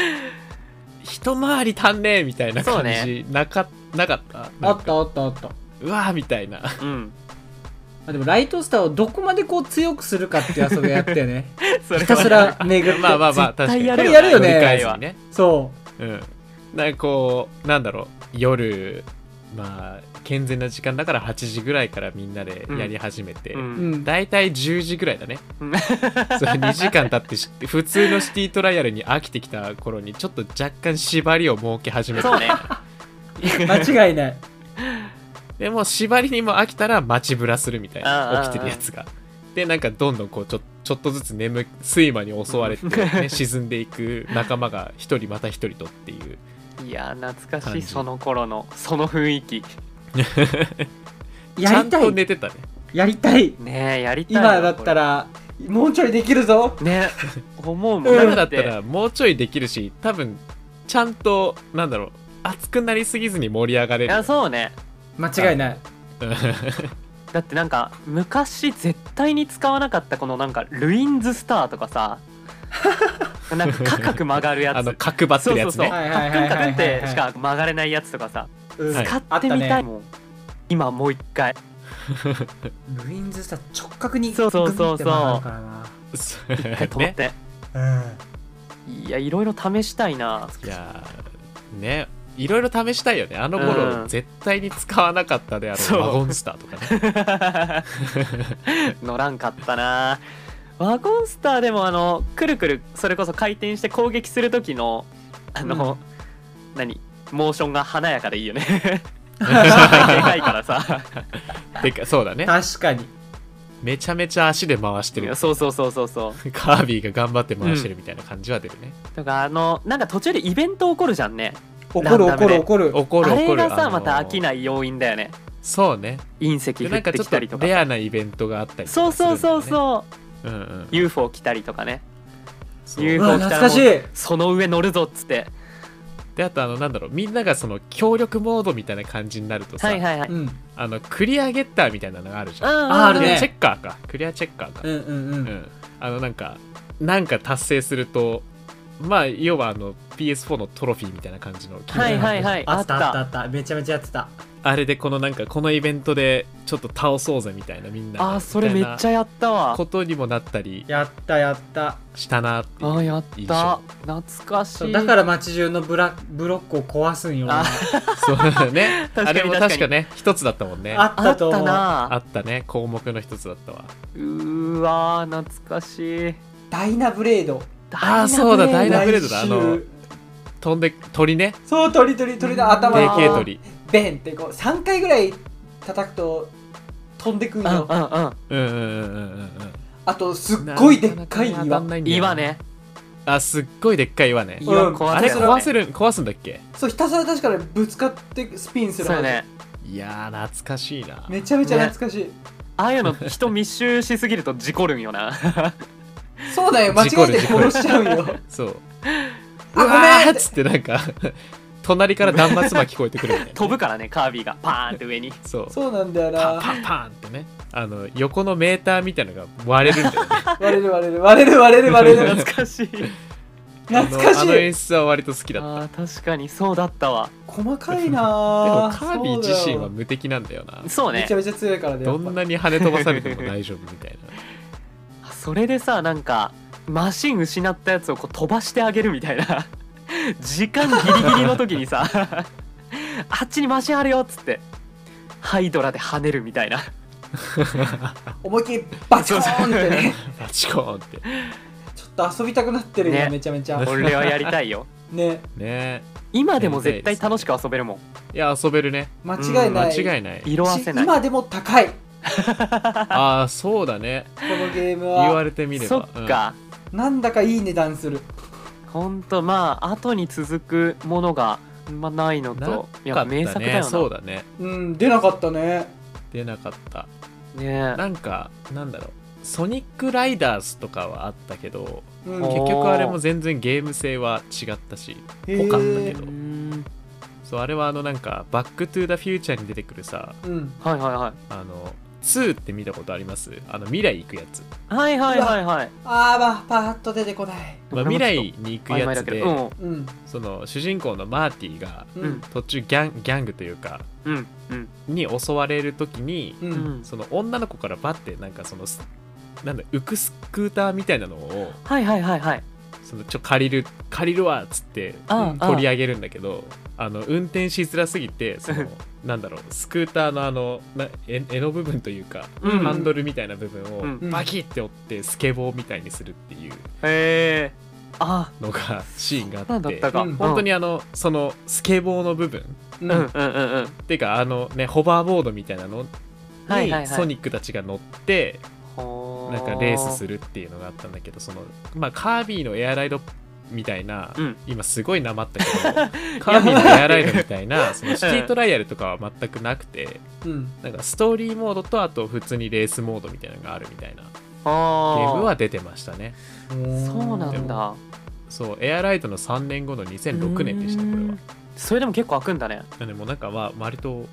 A: 一回り足んねえみたいな感じ、
C: そう
A: なかなかった
B: あ
A: なん
B: っ
A: か
B: たあったあった
A: うわーみたいな
C: うん
B: あでもライトスターをどこまでこう強くするかっていう遊びをやったよね
C: それは
B: ひたすら巡って
A: まあまあま (laughs) あ確かに
C: 絶対
B: やるよね
A: 繰り返すね
B: そ
A: うんなんかこうなんだろう夜まあ健全な時間だから8時ぐらいからみんなでやり始めて、
C: う
B: う、うんん、
A: 大体10時ぐらいだね
C: うん
A: (laughs) それ2時間経ってし普通のシティトライアルに飽きてきた頃にちょっと若干縛りを設け始め
C: そ
A: た
C: うね
B: 間違いない
A: でもう縛りにも飽きたら街ぶらするみたい
C: あああ
A: な
C: あ
A: 起きてるやつがでなんかどんどんこうちょちょっとずつ眠睡魔に襲われて、ね、沈んでいく仲間が一人また一人とっていう
C: いや懐か
A: 感
C: しい
A: じ
C: その頃のその雰囲気
A: ちゃ
B: やり
A: ん
B: た
A: と
B: い
A: 寝てたね
B: やりたい
C: ねえやりたい
B: 今
C: な
B: だったらもうちょいできるぞ
C: これね思うもん
A: 今だったらもうちょいできるし多分ちゃんとなんだろう熱くなりすぎずに盛り上がれ
C: い
A: る
C: やそうね
B: 間違いない
C: だってなんか昔絶対に使わなかったこのなんかルインズスターと
B: (laughs)
C: かさなんかカクカク曲がるや
A: (laughs)
C: つ
A: あの角張って
C: そ
A: る
C: うそ
A: や
C: う
A: つ
C: そう
A: ね
B: はい
C: カ
B: はい
C: ッ
B: はいはい
C: クンカクンってしか曲がれないやつとかさ
B: うん
A: はい
C: 使ってみ
B: あ
C: た
B: った
C: いもん今もう一回
B: ルインズさ直角に
C: そうそうそうそう
B: ググって曲がるからな
A: そう
C: 一回止ま
A: (laughs)
C: っ
A: ね
C: ていやいろいろ試したいない
A: やーねいろいろ試したいよねあの頃、
C: うん
A: 絶対に使わなかったであ
C: そ
A: ろ
C: う
A: うワゴンスターとか
C: (laughs)
A: ね
C: 乗らんかったなワゴンスターでもあのくるくるそれこそ回転して攻撃する時のあの、何モーションが華やかでいいよねでかいからさ
A: で
C: (laughs)
A: かそうだね
B: 確かに
A: めちゃめちゃ足で回してる
C: そうそうそうそうそ
A: (laughs)
C: う
A: カービィが頑張って回してるみたいな感じは出るね、
C: とかあのなんか途中でイベント起こるじゃんね
B: 怒る
C: ランダ
B: 怒
C: ムで
B: る怒る
A: 怒る
C: あ
A: 怒
C: れ
A: る
C: がさ、
A: あのー
C: また飽きない要因だよね
A: そうね
C: 隕
A: で
C: 石降
A: なん
C: って
A: かちょ
C: き
A: ったと
C: りとか
A: レアなイベントがあったりと
C: そう
A: かするんだ
C: そ
A: よ
C: う
A: ね
C: そ
A: う、
C: うそう
A: んうん、
C: UFO 来たりとかね
A: そう
B: う
C: UFO
B: わ懐かしい
C: その上乗るぞっつって
A: であとあのなんだろうみんながその協力モードみたいな感じになるとさ、
C: はいはいはい、
B: うんうん
A: あのクリアゲッターみたいなのがあるじゃん、
B: ある
A: クリア
B: ね
A: チェッカーかクリアチェッカーか、
B: うんう
A: うん
B: ん
A: あのなんかなんか達成するとまあ要はあの PS4 のトロフィーみたいな感じの機能
C: はいはいはい
B: あった
C: あ
B: あ
C: っ
B: ったたあっためちゃめちゃやってた
A: あれでこのなんかこのイベントでちょっと倒そうぜみたいなみんな
C: あーそれめっち
A: ゃ
C: ゃやったわ
A: ことにもなったり
B: やったやった
A: したなって
C: あ
A: いう
C: ーやっ
A: 印
C: た
A: 象
C: 懐か
B: そ
C: し
B: う
C: い
B: だから街中のブラブロックを壊すんよ
C: あ
A: そうだね
C: 確かに
A: あれも
C: 確
A: 確
C: か
A: か
C: に
A: ね一つだったもんね
B: あっ
C: あ
B: た
C: っ
B: と思
C: た
B: う
A: あ
C: な
A: ったね項目の一つだったわ
C: うーわー懐かしい
B: ダイナブレード
A: あーそうだダイナブレードだ
B: 来週
A: あの飛んで鳥ね
B: そう鳥鳥鳥だ頭
A: で
B: の
A: けえ鳥
B: ベンってこう3回ぐらい叩くと飛んでくん
C: うん
B: よ
C: うんうん
A: うんうんうんうんうん
B: あとすっごいでっかい
A: ななな
B: 岩
A: 当たんないんだよな
C: 岩ね
A: あすっごいでっかい岩ね
B: ん
C: 岩
A: あ
C: 壊
A: れ
C: せ
A: 壊せる壊すんだっけ
B: そうひたすら確かにぶつかってスピンする
C: そう
B: は
C: よ
B: ず
C: ね
A: いやー懐かしいな
B: めちゃめちゃ懐かしい、
C: ああいうの人密集しすぎると事故るんよ
A: (laughs)
C: な
B: そうだよ間違えて
A: 事故る
B: 殺しちゃうよ
A: そう
B: あご
A: うわ
B: め
A: ー
B: んっ
A: ってつってなんか隣から断末魔聞こえてくるみ
C: (laughs)
A: たいな
C: 飛ぶからねカービィがパーンって上に
A: (laughs) そう
B: そうなんだ
A: パ
B: よ
A: ン
B: な
A: パンパンってねあの横のメーターみたいなのが割れるんだよね
B: 割れる割れる割れる割れる割
A: (laughs)
B: れる
C: 懐かしい
B: 懐
A: あ
B: か
A: のあ
B: し
A: の
B: い
A: 演出は割と好きだった
C: あー確かにそうだったわ
B: 細かいな
A: でも
B: あ
A: カービィ自身は
B: そう
A: 無敵なんだよな
C: そう
B: だよめ
C: ね
B: ちゃめちゃ強いからで
A: どんなに跳ね飛ばされても大丈夫みたい (laughs)
C: それでさなんかマシン失った (laughs) やつをこう飛ばしてあげるみたいな時間ギリギリの時にさあっちにマシンあるよっつってハイドラで跳ねる
A: (laughs)
C: みたいな
B: 思いっきりバチコーンってね
A: バチコーンって
B: (laughs) ちょっと遊びたくなってるよ、
C: ね
B: めちゃめちゃ
C: 俺はやりたいよ
B: ね
A: ね
C: 今でも絶対楽しく遊べるもん
A: いや遊べるね
B: 間違い
C: うん
B: な
A: 間
B: い,
A: 違
B: し、
A: いない
C: 色あせない
B: 今でも高いこ
A: ああそうだね
B: のゲーム
A: 言わ
B: は
A: れてみれば
C: そっか、
B: なんだかいい値段する
C: ほんとまあ後に続くものが、まあ、ないの
A: うんなか
C: と
A: っ
C: いや
A: た
C: 名作だよ
A: ね
C: な
A: そうだね
B: うん出なかったね
A: 出なかった
C: ね
A: なんかなんだろうソニックライダーズとかはあったけど
B: うん
C: お
A: 結局あれも全然ゲーム性は違ったし
B: へ
A: ぽかった
B: ー
A: けど
C: うん
A: そうあれはあのなんか「バック・トゥ・ザ・フューチャー」に出てくるさ
B: うん
C: はいはいはい
A: あの2って見たことありますあの未来行くやつ、
C: はいはいはいはい
B: あーまあパーッと出てこない
A: まあ、
C: 俺も
A: 未
C: ちょっと
A: 来に行く
C: 曖昧
A: や
C: だ
A: つ
C: け
A: で、
C: どうん
B: うん
A: その主人公のマーティが
B: うん
A: 途中ギャンギャングというか
C: うんうん
A: に襲われる時に
B: う
C: うんん
A: その女の子からバッてなんかそのすなんだ浮くスクーターみたいなのを
C: はいはいはいはい
A: そのちょ借りる借りるわっつって
C: ああ
A: 取り上げるんだけどあの運転しづらすぎてそ
C: (laughs)
A: のなんだろうスクーターのあのな柄柄の部分というか、
C: うん
A: ハンドルみたいな部分
C: う
A: を
C: ん
A: バキって折ってスケボーみたいにするっていう
C: へえあ
A: のがシーンがあ
C: なん
A: っ
C: だってたか、
B: うん
A: 本当にあのそのスケボーの部分っ
B: う
C: うんんうんうんうん
A: ていうかあのねホバーボードみたいなの
C: はいはいは
A: に
C: い
A: ソニックたちが乗って
C: な
A: なんかレース
C: る
A: するっていうのがあったんだけどそのまあカービィのエアライドみたいな、
C: うん
A: 今すごいなまったけ
C: (laughs)
A: どカービィのエアライドみたいなそのシティトライアルとかは全くなくて
B: うん
A: なんかストーリーモードとあと普通にレースモードみたいなのがあるみたいな
C: ゲ
A: ゲ
C: ー
A: ームは出てましたね
C: そうな
A: で
C: んだ
A: そうエアライドの3年後の2006年でしたこれ
C: う
A: は
C: んそれでも結構開くんだね
A: なんでもうなんかは割と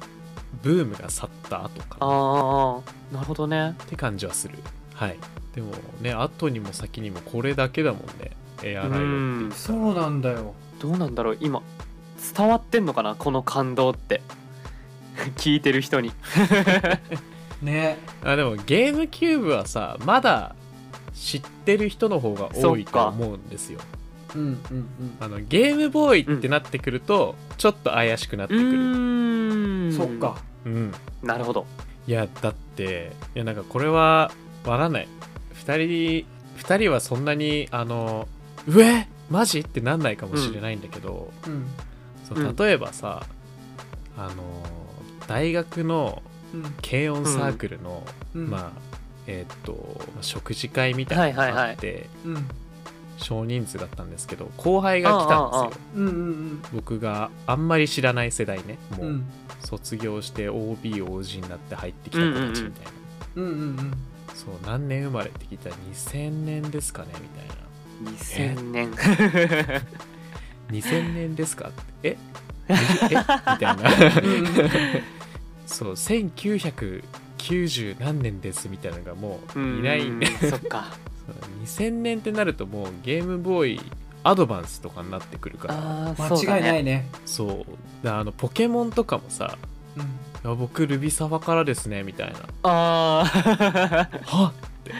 A: ブームが去った後かなっ
C: ああなるほどね
A: て感じはするはいでもね後にも先にもこれだけだもんねエアライドって言ったら
B: そうなんだよ
C: どうなんだろう今伝わってんのかなこの感動って (laughs) 聞いてる人に
B: ね
A: あでもゲームキューブはさまだ知ってる人の方が多いと思うんですよ
B: うんうん
A: あのゲームボーイってなってくると、ちょっと怪しくなってくる
C: ー
B: うんそっか
A: うん
C: なるほど
A: いやだっていやなんかこれはわからない2人二人はそんなにあの「うえマジ?」ってなんないかもしれないんだけど、
B: うん
A: そう例えばさ、あの大学の
B: うん
A: 軽音サークルの、
B: うん
A: まあえーっと食事会みたいなのがあって、
B: うん
A: 少人数だったんですけど後輩が来たんですよ
C: ああああ
B: うんうん
A: 僕があんまり知らない世代ねも
B: うんう
A: うん卒業して OBOG になって入ってきた子たちみたいな、
B: うんうん
A: そう何年生まれって聞いたら2000年ですかねみたいな
C: 2000年
A: 2000年ですかってえ
C: (laughs)
A: えみたいな
B: うんうん
A: そう1990何年ですみたいなのがもう
C: うん
A: いないんで
C: そっか
A: そう2000年ってなるともうゲームボーイアドバンスとかになってくるから
C: あ
A: (laughs)
C: ーそうだ
B: (laughs) 間違いな
C: ね
B: いね
A: そうだあのポケモンとかもさ
B: うん
A: いや僕ルビサワからですねみたいな
C: ああ (laughs)
A: はって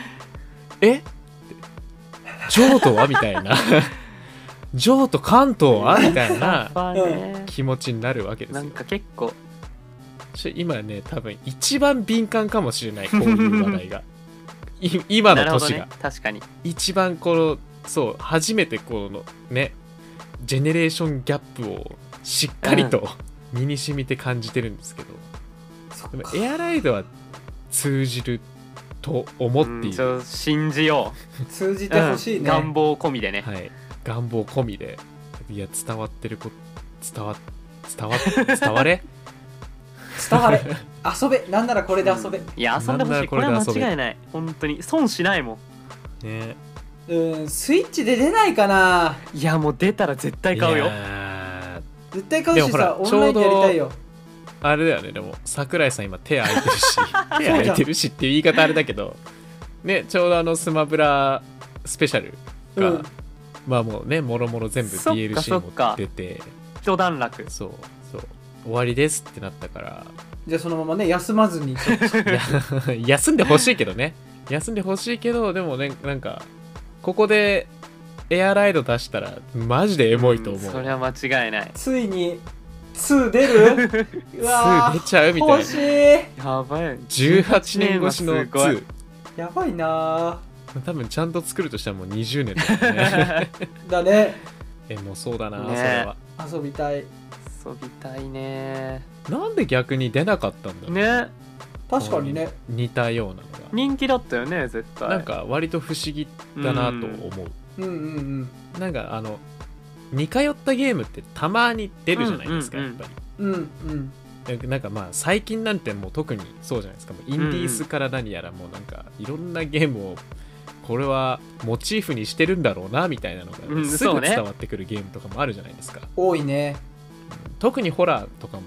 A: えって譲渡はみたいな譲渡関東はみたいな
C: まあね
A: 気持ちになるわけです
C: な
A: よ
C: んか結構
A: ちょ今ね多分一番敏感かもしれない
C: (laughs)
A: こういう話題がい今
C: な
A: の
C: るほど
A: 年が、
C: ね確かに
A: 一番このそう初めてこのねジェネレーションギャップをしっかりと、身に染みて感じてるんですけど
B: そっ
A: でも
B: か
A: エアライドは通じると思って
C: うん
A: い
C: ち
A: る、
C: ょ信じよ
B: 通じ
C: う
B: てほしい
C: うん
B: ね
C: 願望込みでね
A: はい、願望込みでいや伝わってるこ伝わ伝
C: (laughs)
A: わ伝われ (laughs)
B: 伝われ遊べなんならこれで遊べ
C: いや遊んでほ
A: なんな
C: し
A: ら
C: い
A: こ
C: こ
A: れ
C: れ
A: で遊べ
C: は間違いない本当に損しないもん
A: ね
B: うんスイッチで出ないかない
C: やもう出たら絶対 (laughs) 買う
A: い
C: よ
A: やー
B: 絶対買うし
A: でも
B: さ
A: ほら
B: オンラインでやりたいよ
A: あれだよねでも桜井さん今手空いてるし手空いてるしっていう言い方あれだけどねちょうどあのスマブラスペシャルが、
B: うん
A: まあもうねもろもろ全部
C: そっかそ
A: DLC
C: っ
A: も
C: か
A: 出て
C: 一段落
A: そうそう終わりですってなったから (laughs)
B: じゃあそのままね休まずにちょっと
A: いや休んでほしいけどね休んでほしいけどでもねなんかここでエアライド出したらマジでエモいと思う、
C: んそれは間違いない
B: ついに2
A: (laughs)
B: 出るう
A: 2
B: わ
A: 出ちゃうみた
B: 欲
A: い
B: し
A: ない
C: やばい
A: 18年越しの
C: すごい
A: 2
B: やばいな
A: 多分ちゃんと作るとしたらもう20年だよね
B: だね
A: えもうそうだな、
C: ね
A: それは
B: 遊びたい
C: 遊びたいね
A: なんで逆に出なかったんだろう
C: ね
B: 確かにね
A: 似たようなのが
C: 人気だったよね絶対
A: なんか割と不思議だなと思う、
B: うんうん
A: なんかあの似通ったゲームってたまに出るじゃないですか、
C: うんうんうん
A: やっ
B: うんうんうん
A: ぱりなんかまあ最近なんてもう特にそうじゃないですかもうインディースから何やらもうなんかいろんなゲームをこれはモチーフにしてるんだろうなみたいなのがね、
C: うん
A: す
C: そう
A: ぐ
C: ね
A: 伝わってくるゲームとかもあるじゃないですか、
B: 多いね
A: 特にホラーとかも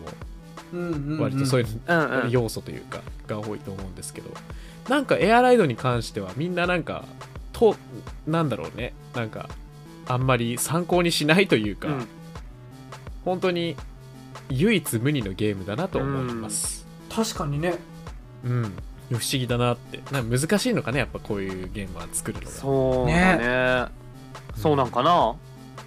B: うんうん、うん、
A: 割とそういう
C: うんうん
A: 要素というかが多いと思うんですけどなんかエアライドに関してはみんななんかとなんだろうねなんかあんまり参考にしないというか、
C: うん
A: 本当に唯一無二のゲームだなと思います
B: 確かにね
A: うん、不思議だなってなんか難しいのかねやっぱこういうゲームは作るのが
C: そうだねそうなんかな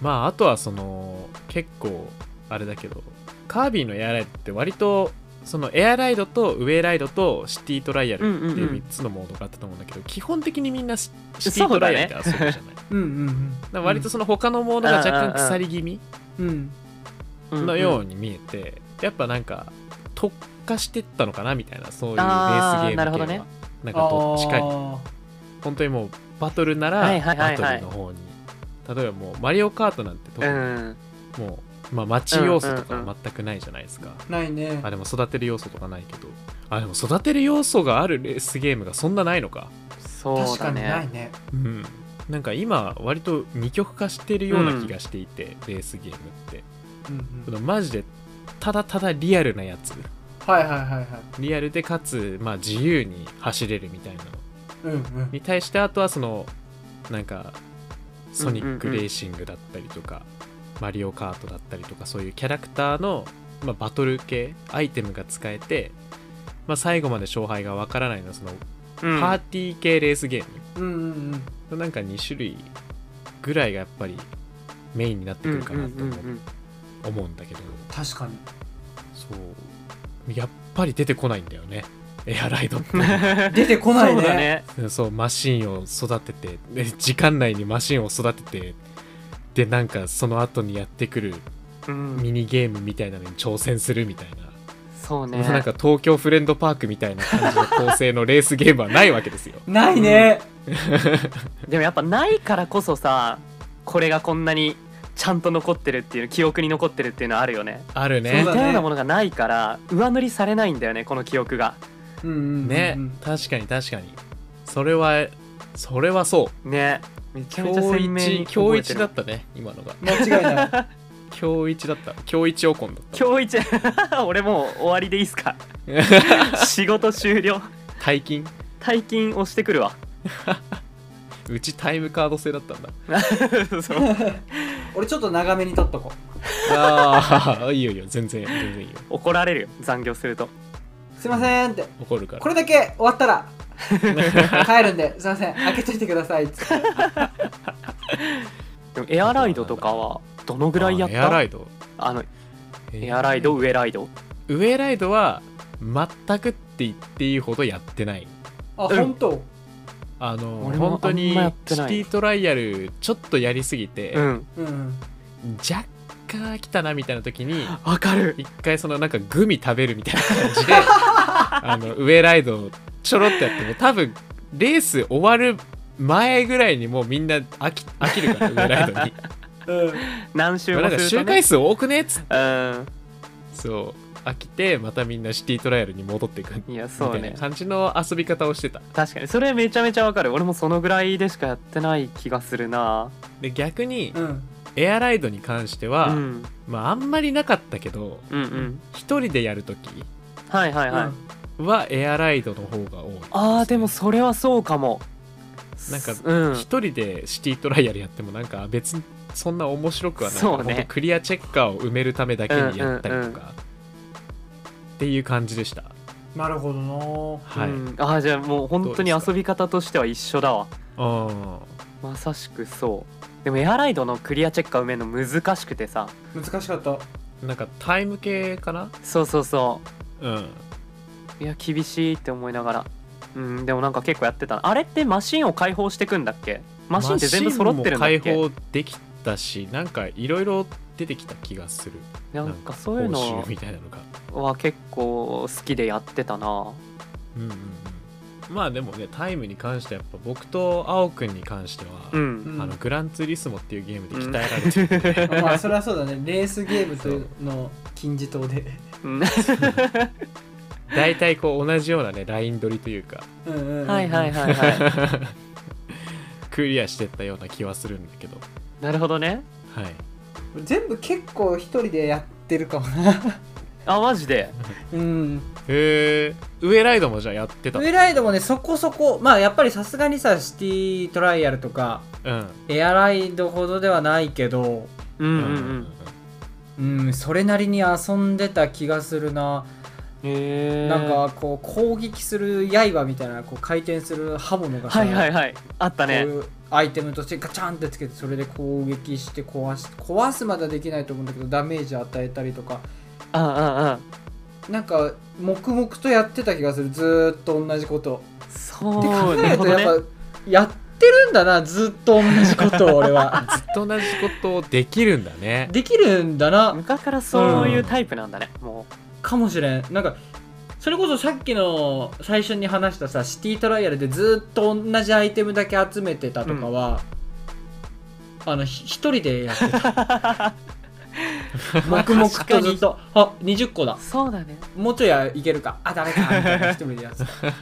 A: まああとはその結構あれだけどカービィのエアライドって割とそのエアライドとウェイライドとシティトライアル
C: うんうん
A: って
C: うん
A: 3つのモードがあったと思うんだけど、基本的にみんなシシティトライアルで遊ぶじゃない、だか
B: うんうんうん
A: ら割とその他のモードが若
C: うんうんうん
A: 干鎖気味
B: うん
A: の
C: う
A: よ
C: ん
A: うに見えて、やっぱなんか特化してったのかなみたいなそういうベー
C: あー
A: スゲーム系は
C: なるほどね
A: なんか
B: あ
A: どっちかに
B: ー
A: 本当にもうバトルなら
C: はいはいは
A: バ
C: い
A: ト
C: はい
A: ルの方に、例えばもう「マリオカート」なんて特
C: う
A: に
C: ん
A: もう、まあ、町要素とか
C: うんうんう
A: は全くないじゃないですか、
B: ないね
A: あでも育てる要素とかないけどあでも育てる要素があるレースゲームがそんなないのか
C: そう
B: 確
C: だ
B: かにない
C: ね
B: ね
A: うんなんか今割と二極化してるような気がしていて、レースゲームって
B: うん
A: こ
B: うん
A: のマジでただただリアルなやつ
B: はいはいはいはい
A: リアルでかつ、まあ、自由に走れるみたいなの
B: うんうん
A: に対してあとはそのなんかソニックレーシングだったりとか、マリオカートだったりとかそういうキャラクターの、まあ、バトル系アイテムが使えて、まあ、最後まで勝敗がわからないのはその
C: うん
A: パーティー系レースゲーム
B: うんうんうん
A: のなんか2種類ぐらいがやっぱりメインになってくるかなと
C: うん
A: 思
C: うん
A: う
C: うんうん
A: 思うんだけど
B: 確かに
A: そうやっぱり出てこないんだよねエアライドって
C: (laughs)
B: 出てこない
C: そうだ
B: ね
C: ね
A: そうマシンを育ててで (laughs) 時間内にマシンを育ててでなんかその後にやってくる
C: うん
A: ミニゲームみたいなのに挑戦するみたいな、
C: そうね
A: なんか東京フレンドパークみたいな感じの構成のレースゲームはないわけですよ
B: ないね
C: でもやっぱないからこそさこれがこんなにちゃんと残ってるっていう記憶に残ってるっていうのはあるよね
A: ある
B: そ
A: ね
B: うだね
C: 似たようなものがないから上塗りされないんだよねこの記憶が
B: うんうんうんうん
A: ね、確かに確かにそれはそれはそう
C: ねめちゃめちゃ
A: 今
C: 鮮明
A: 日
C: に
A: 一今日一だ
C: 覚
A: ったね今のが
B: 間違いない (laughs)
A: 今日一だった今日一おこんだった
C: えてる今日一 (laughs) 俺もう終わりでいいっすか仕事終了
A: 大金
C: 退勤押してくるわ (laughs)
A: うちタイムカード制だったんだ
C: そう
B: 俺ちょっと長めに撮っとこ
A: ああ (laughs) いいよいいよ全然全然いいよ
C: 怒られるよ残業すると
B: うすいませんって
A: 怒るから
B: これだけ終わったら
C: (laughs)
B: 帰るんですいません開けといてくださいっつって
C: でもエアライドとかはどのぐらいやっ
A: あエア
C: た
A: ラ
C: あ
A: イド
C: のエアライド
A: ウ
C: 上ライド
A: ェライドは全くって言っていいほどやってない
B: あ、
C: うん
B: 本当
A: あの
C: 俺も
A: 本当に
C: あんまやっ
A: シ
C: て
A: テ
C: ない
A: ィトライアルちょっとやりすぎて、
C: うん
B: うん
A: 若干来たなみたいな時に (gasps)
C: わかる
A: 一回そのなんかグミ食べるみたいな感じで (laughs) あのウェライドをちょろっとやっても多分レース終わる前ぐらいにもうみんな飽き飽きるからウェライ
C: (laughs)
A: ドに
B: うん
C: 何周
A: な
C: も
A: んか
C: する
A: 周
C: とね
A: 回数多くねっつって
C: うん
A: そう飽きてまたみんなシティトライアルに戻っていく
C: いや
A: み
C: そ
A: た
C: う
A: いな
C: ね
A: 感じの遊び方をしてた
C: 確かにそれめちゃめちゃわかる俺もそのぐらいでしかやってない気がするな
A: で逆に
B: うん
A: エアライドに関しては、
C: うん、
A: まああんまりなかったけど
C: うんうん
A: 一人でやるとき
C: はいはいはい、
B: うん
A: はエアライドの方が多い
C: あーでもそれはそうかも
A: なんか
C: うん
A: 一人でシティトライアルやってもなんか別にそんな面白くはない
C: そうね
A: ほんとクリアチェッカーを埋めるためだけにやったりとか、
C: うんうんうん
A: っていう感じでした
B: なるほど
A: はい、
C: うんあーじゃあもう本当に遊び方としては一緒だわ
A: あ
C: まさしくそうでもエアライドのクリアチェッカー埋めるの難しくてさ
B: な難しかった
A: なんかタイム系かな
C: そうそうそ
A: うん
C: ういや厳しいって思いながらうんでもなんか結構やってたなあれってマシンを解放してくんだっけマシンって全部揃ってるんだっ
A: マシン
C: け
A: も解放できたしなんかいろいろ出てきた気がする
C: なんかそうい
A: 報
C: うの
A: 酬みたいなのが
C: は結構好きでやってたな
A: うんうんうんまあでもねタイムに関してはやっぱ僕と青くんに関しては、
C: うん
A: あの
B: うん
A: グランツーリスモっていうゲームで鍛えられてるんで、
C: (laughs)
B: まあそれはそうだねレースゲームというの金字塔で
C: うん (laughs)
A: 大体こう同じようなねライン取りというか
B: うんうんうん
C: はいはいはいは
A: クリアしてったような気はするんだけど
C: い (laughs) なるほどね
A: はい
B: 全部結構一人でやってるかもな
C: あマジで
B: うん
A: へえ上ライドもじゃあやってた
B: ウェライドもねそこそこまあやっぱりさすがにさシティトライアルとか
A: うん
B: エアライドほどではないけど
C: うん
A: う
C: うんうん
B: うんそれなりに遊んでた気がするな
C: へえ
B: なんかこう攻撃する刃みたいなこう回転する刃物がさ
C: はいはいはいあったね
B: こういうアイテムとしてガチャンってつけてそれで攻撃して壊し壊すまではできないと思うんだけどダメージ与えたりとか
C: ああああ
B: なんか黙々とやってた気がするずーっと同じこと
C: そ
B: って考
C: う
B: え
C: なる
B: る
C: ほ
B: と
C: どね
B: やっぱやってるんだなずーっと同じことを俺は
C: (laughs)
A: ずっと同じことをできるんだね
B: できるんだな
C: 昔からそういうタイプなんだね、も
B: かもしれんなんかそれこそさっきの最初に話したさシティトライアルでずーっと同じアイテムだけ集めてたとかは、あのひ一人でやってた (laughs) 黙々とずっとあ20個だ
C: うそうだね
B: もうちょいはいけるかあダメかみたいな一人でやって (laughs) た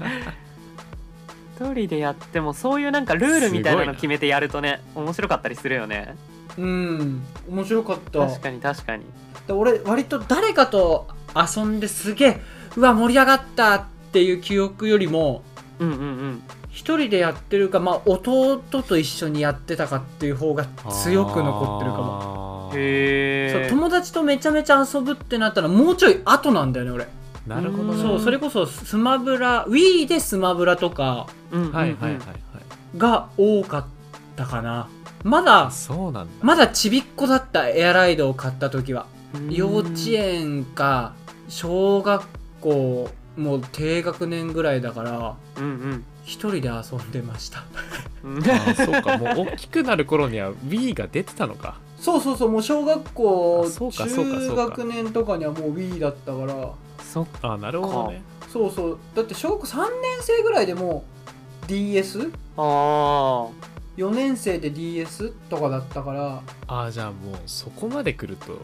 C: 一人でやってもそういうなんかルールみたいなの決めてやるとね面白かったりするよね
B: うん面白かった
C: 確かに確かに
B: で俺割と誰かと遊んですげえうわ盛り上がったっていう記憶よりも
C: うんうんうん
B: 一人でやってるか、まあ、弟と一緒にやってたかっていう方が強く残ってるかも
A: も
C: へ
B: そう
C: え
B: 友達とめちゃめちゃ遊ぶってなったらもうちょい後なんだよね俺
A: なるほど
C: うん
A: ね
B: そうそれこそスマブラ Wii でスマブラとか
A: はいはいはいはい
B: が多かったかなまだ
A: あそうなんだ
B: まだちびっこだったエアライドを買った時はい幼稚園か小学校もう低学年ぐらいだから
C: うん
B: 一人で遊んでました
C: うんうん
A: (laughs) あそうかもう大きくなる頃には Wii が出てたのか
B: そうそうそうもう小学校
A: あそうかそうかそうか
B: 中学年とかにはもう Wii だったから
C: (laughs) そっ
A: あなるほどね
B: そうそうだって小学校3年生ぐらいでもう DS4
C: あ
B: 年生で DS とかだったから
A: あじゃあもうそこまで来ると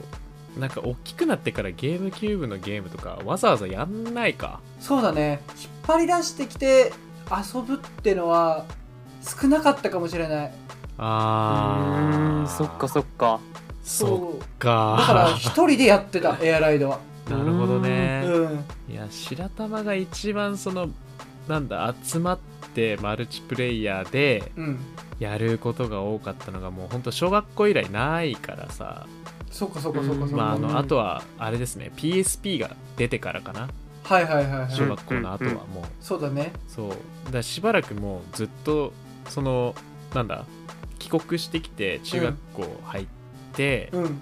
A: なんか大きくなってからゲームキューブのゲームとかわざわざやんないか
B: そうだね引っ張り出してきて遊ぶってのは少なかったかもしれない
C: あ
A: あ
C: うんそっかそっか
A: そ
B: そう
A: っか
B: だから一人でやってたエアライドは
A: (laughs) なるほど
B: う
A: ね
B: ん
A: いや白玉が一番そのなんだ集まってマルチプレイヤーで
B: うん
A: やることが多かったのがもうほんと小学校以来ないからさ
B: そっかそっかそっかそっ
C: う
B: か
C: ん
A: まああ
C: うん
A: のあとはあれですね PSP が出てからかな
B: はいはいはいは
A: 小
B: い
A: 学校の後はもう
B: そうだね
A: そうだからしばらくもうずっとそのなんだ帰国してきて中学校入って、
B: うん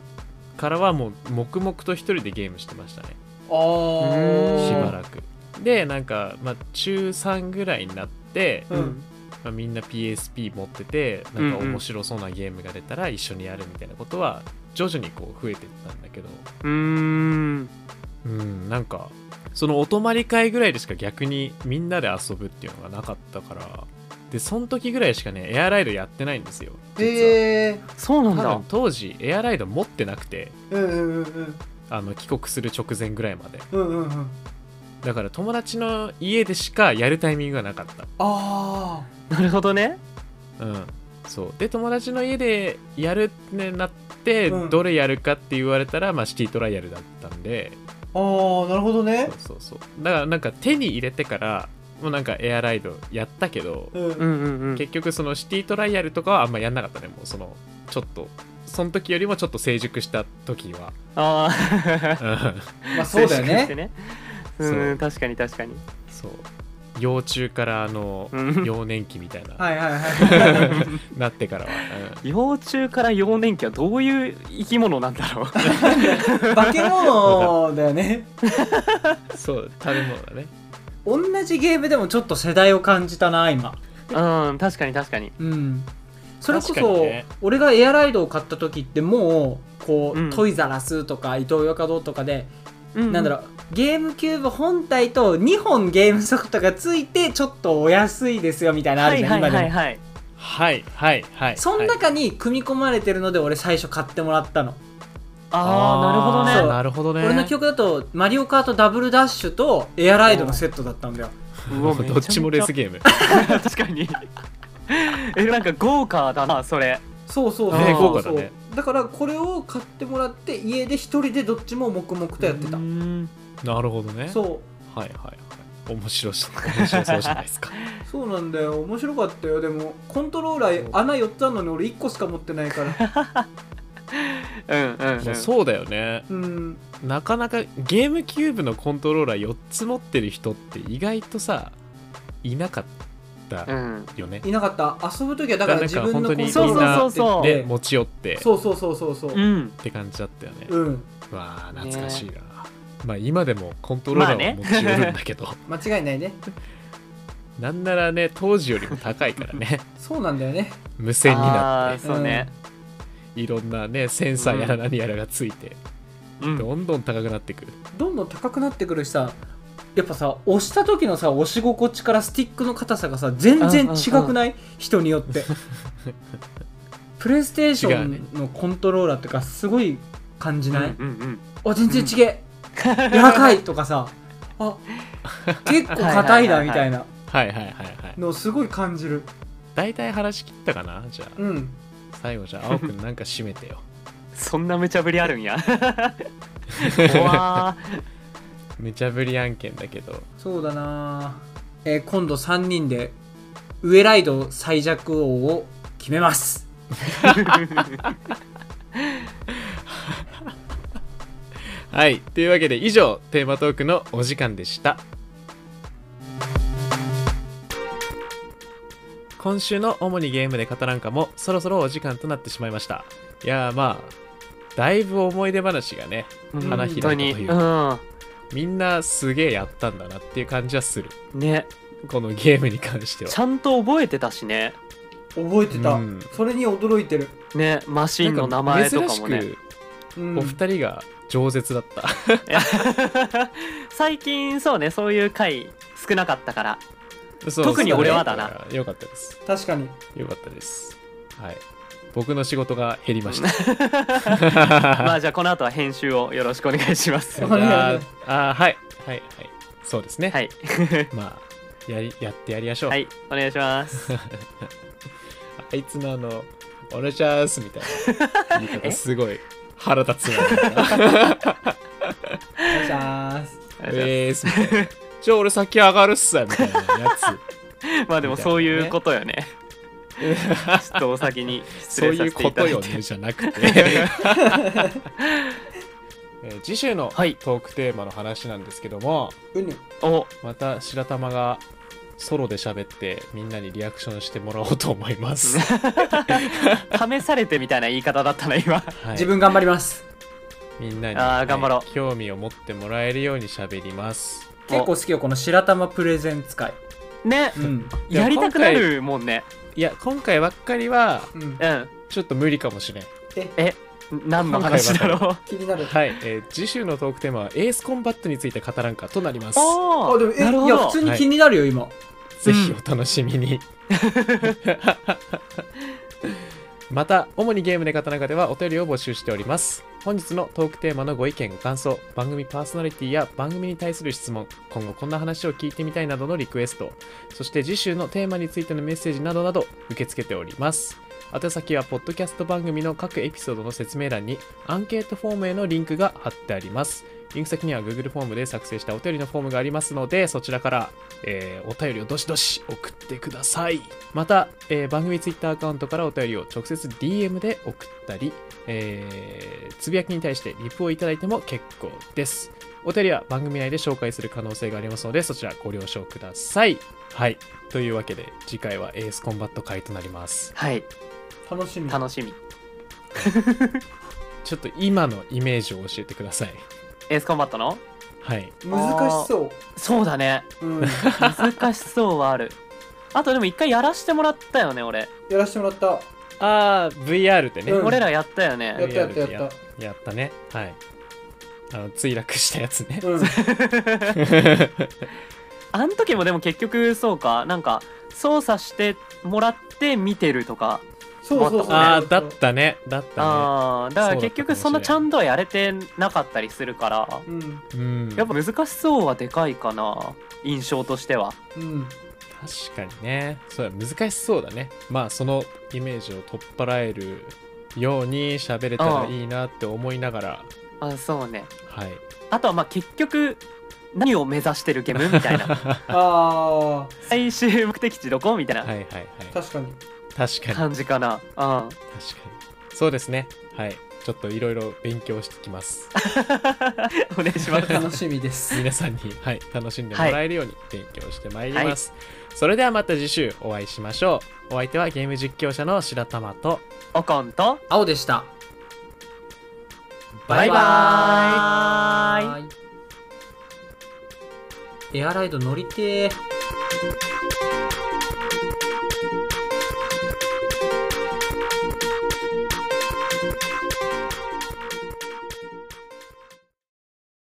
A: からはもう黙々と一人でゲームしてましたね
B: あー
A: しばらくでなんか、まあ、中3ぐらいになって、
B: うん
A: まあ、みんな PSP 持っててなんか面白そうなゲームが出たら一緒にやるみたいなことは徐々にこう増えてったんだけど
C: うん
A: うんなんかそのお泊まり会ぐらいでしか逆にみんなで遊ぶっていうのがなかったからでその時ぐらいしかねエアライドやってないんですよ実
B: へえ
C: そうなん
A: は多
C: だ
A: 分当時エアライド持ってなくて
B: うんうんうん
A: あの帰国する直前ぐらいまで
B: うんうんうんうん
A: だから友達の家でしかやるタイミングがなかった
B: あ
C: なるほどね
A: うん、そうで友達の家でやるってなって、
B: うん
A: どれやるかって言われたら、まあ、シティトライアルだったんで
B: ーあーなるほどね
A: そうそうそうだからなんか手に入れてからもうなんかエアライドやったけど、
B: うん
C: うんうんうん
A: 結局そのシティトライアルとかはあんまやんなかったねもうそのちょっとその時よりもちょっと成熟した時は、
C: (laughs) ああ
A: うん
B: まあそうだよ
C: 成熟し
B: ね
C: てね
A: そう
C: うん確かに確かに
A: そう幼虫からあの
C: うん
A: 幼年期みたいな、
B: はいはいは
A: (laughs)
B: い。
A: なってからは、うん
C: 幼虫から幼年期はどういう生き物なんだろう
B: 化け物だよね。
A: そう食べ物だね
B: 同じゲームでもちょっと世代を感じたな、今。
C: うん確かに確かに
B: うん。それこそ、
A: 確かにね
B: 俺がエアライドを買った時ってもう、こう、
C: うん
B: トイザラスとかイトーヨーカドーとかで、
C: な
B: なんだろう、ゲームキューブ本体と2本ゲームソフトがついてちょっとお安いですよみたいなのあ
C: は
B: る
C: い
B: じゃん、
C: はい
B: 今
C: は
B: で
C: い
B: も。
C: はい
A: はいはいはい
B: その
A: はい
B: 中に組み込まれてるので俺最初買ってもらったの。
C: あ
A: そ
C: あなるほ
A: う
C: どね
A: なるほどね
B: 俺の記憶だと、マリオカートダブルダッシュとエアライドのセットだったんだよ。
C: うわめちゃめ
A: (laughs) どっちもレースゲーム。
C: ゃ (laughs) 確かにえなんか豪華だなそれ
B: そうそうそう
C: ね
B: そ
C: 豪
A: 華
B: う
A: だね
B: だからこれを買ってもらって家で一人でどっちも黙々とやってた
C: う。ん
A: なるほどね。
B: そう
A: はいはいはい。面白し、面白そうじゃないですか。
B: そうなんだよ面白かったよでもコントローラー穴4つあるのに俺1個しか持ってないから
C: うんうん
A: ま
C: う
A: あ
C: ん
A: そうだよね。
B: うん
A: なかなかゲームキューブのコントローラー4つ持ってる人って意外とさ、いなかった
C: うん
A: よね。
B: いなかった遊ぶ時はだから自分のコントロ
A: だ
B: ー
A: から本
B: ラ
A: 当
B: ー
C: にみんな
A: で、
B: で
A: 持ち寄ってっ
B: そうそうそうそうそう
C: う
B: うん
A: て感じだったよね。
B: うん
A: わあ、懐かしいな。まあ今でもコントローラーは持ち寄るんだけど、 (laughs)
B: 間違いないね
A: なんならね、当時よりも高いから
C: (laughs)
A: ね、
B: そうなんだよね
A: 無線にな
C: あ
A: っ
C: ーそうね
A: て、いろんなね、センサーやら何やらがついて、
C: うん
A: どんどん高くなってくる。
B: どんどん高くなってくるしさやっぱさ押した時のさ押し心地からスティックの硬さがさ全然違くない人によって
C: (laughs)
B: プレイステーションのコントローラーってかすごい感じ
C: うんう
B: ない、
C: ん
B: あ全然違え、柔ら
C: (laughs)
B: かいとかさあ結構硬いな
C: はいはいはいはい
B: みたいな
A: はいはいはいはい。
B: のをすごい感じる
A: 大体話切ったかなじゃあ
B: うん
A: 最後じゃあ青くんなんか締めてよ
C: そんな無茶ぶりあるんやうわ (laughs)
A: 無茶ぶり案件だけど
B: そうだなえー今度3人でウエライド最弱王を決めます
C: ー
A: はいというわけで以上テーマトークのお時間でした今週の主にゲームで語らんかもそろそろお時間となってしまいましたいやーまあだいぶ思い出話がね花開い
C: 本
A: たと
C: 当
A: い
C: に
A: う
C: うん
A: みんなすげえやったんだなっていう感じはする
C: ね
A: このゲームに関しては
C: ちゃんと覚えてたしね
B: 覚えてた、
A: うん
B: それに驚いてる、
C: ねマシンの名前とかも
A: なん珍
C: ね
A: しく
B: うん
A: お二人が饒舌だっ
C: (laughs)
A: た、
C: 最近そうねそういう回少なかったから
A: そう
C: 特に俺はだな
A: そうねよかったです
B: 確かに
A: よかったですはい僕の仕事が減りました
C: (laughs)
A: (laughs)
C: まあじゃあこの後は編集をよろしくお願いします
A: じ
B: お願い
A: ゃああーはいはいはいそうですね、
C: はい
A: まあやりやってやりましょう、
C: はいお願いします
A: あいつのあの「お願いします」みたい
C: (laughs)
A: な言い方すごい腹立つな
B: お願いします
C: お
A: 「
C: 願いします
A: えーす」みたいな「じゃあ俺先上がるっすわ」みたいなやつ
C: まあでもそういうことよねちょっとお先に (laughs) 失
A: そう
C: 礼
A: い
C: さ
A: う
C: せて
A: こ
C: いただ
A: と
C: い
A: よ
C: て
A: ねじゃな
C: (laughs)
A: くてえー次週のト
C: はい
A: ークテーマの話なんですけども、
B: うぬ
C: お
A: また白玉がソロで喋ってみんなにリアクションしてもらおうと思います、
C: (laughs) 試されてみたいな言い方だったな今
A: はい、
B: 自分頑張ります
A: みんなに、
C: あー頑張ろう
A: はい興味を持ってもらえるように喋ります
B: 結構好きよこの白玉プレゼン使い
C: ね
B: うん
A: いや
C: やりたくなるもんね
A: いや今回ばっかりは
B: うん
C: うん
A: ちょっと無理かもしれん
B: え
C: え何の話だろう
B: 気になる
A: はい、えー次週のトークテーマはエースコンバットについて語らんかとなります
C: お
B: あでも
C: お
B: え
C: なる
B: い
C: ほ
B: や
C: ど
B: 普通に気になるよ今、
A: ぜひお楽しみに、 (laughs) また主にゲームで語る中ではお便りを募集しております本日のトークテーマのご意見ご感想番組パーソナリティや番組に対する質問今後こんな話を聞いてみたいなどのリクエストそして次週のテーマについてのメッセージなどなど受け付けております宛先はポッドキャスト番組の各エピソードの説明欄にアンケートフォームへのリンクが貼ってありますリンク先には Google フォームで作成したお便りのフォームがありますので、そちらから、えーお便りをどしどし送ってください。また、えー番組 Twitter アカウントからお便りを直接 DM で送ったり、えーつぶやきに対してリプをいただいても結構です。お便りは番組内で紹介する可能性がありますので、そちらご了承ください。はい。というわけで、次回はエースコンバット会となります。
C: はい
B: 楽しみ。
C: 楽しみ
A: ちょっと今のイメージを教えてください。
C: エースコンバットの
A: はい。
B: 難しそ
C: そうだ (laughs) ね
B: う。うん。や (laughs)
C: 難しそうはあるあとでも一回やらしてもらったよね俺、
B: らしてもらった。
A: あー、VR でね。
B: うん
C: 俺らやったよね
B: やったやったやっ
A: やったねはいあの墜落したやつね
B: (laughs) た。うん。
C: (laughs) あん時もでも結局そうかなんか操作してもらって見てるとか、
B: そうそうそう。
A: ああだったねだったね
C: ああだから結局そ
A: そうだったかもしれない
C: んなちゃんとはやれてなかったりするから
B: うん。
A: うん
C: やっぱ難しそうはでかいかな印象としては
B: うん。
A: 確かにねそうだ難しそうだねまあそのイメージを取っ払えるように喋れたらいいなって思いながら
C: あそうね
A: はい
C: あとはまあ結局何を目指してるゲームみたいな
A: は
B: あ
C: 最終目的地どこみたい
A: いは
C: ない
A: はい
B: あ、確かに。
A: 確かに確か
C: 感じかな、
A: (laughs)
C: うん
A: にそうですねはいちょっといろいろ勉強してきます
C: (laughs) お願いしま
A: (laughs)
C: す
B: 楽しみです。
A: 皆さんに、はい、楽しんでもらえるように勉強してまいります、それではまた次週お会いしましょうお相手はゲーム実況者の白玉と
C: おこんと
B: (laughs) 青でした。
C: バイバーイ
B: イ。エアライド乗りてー。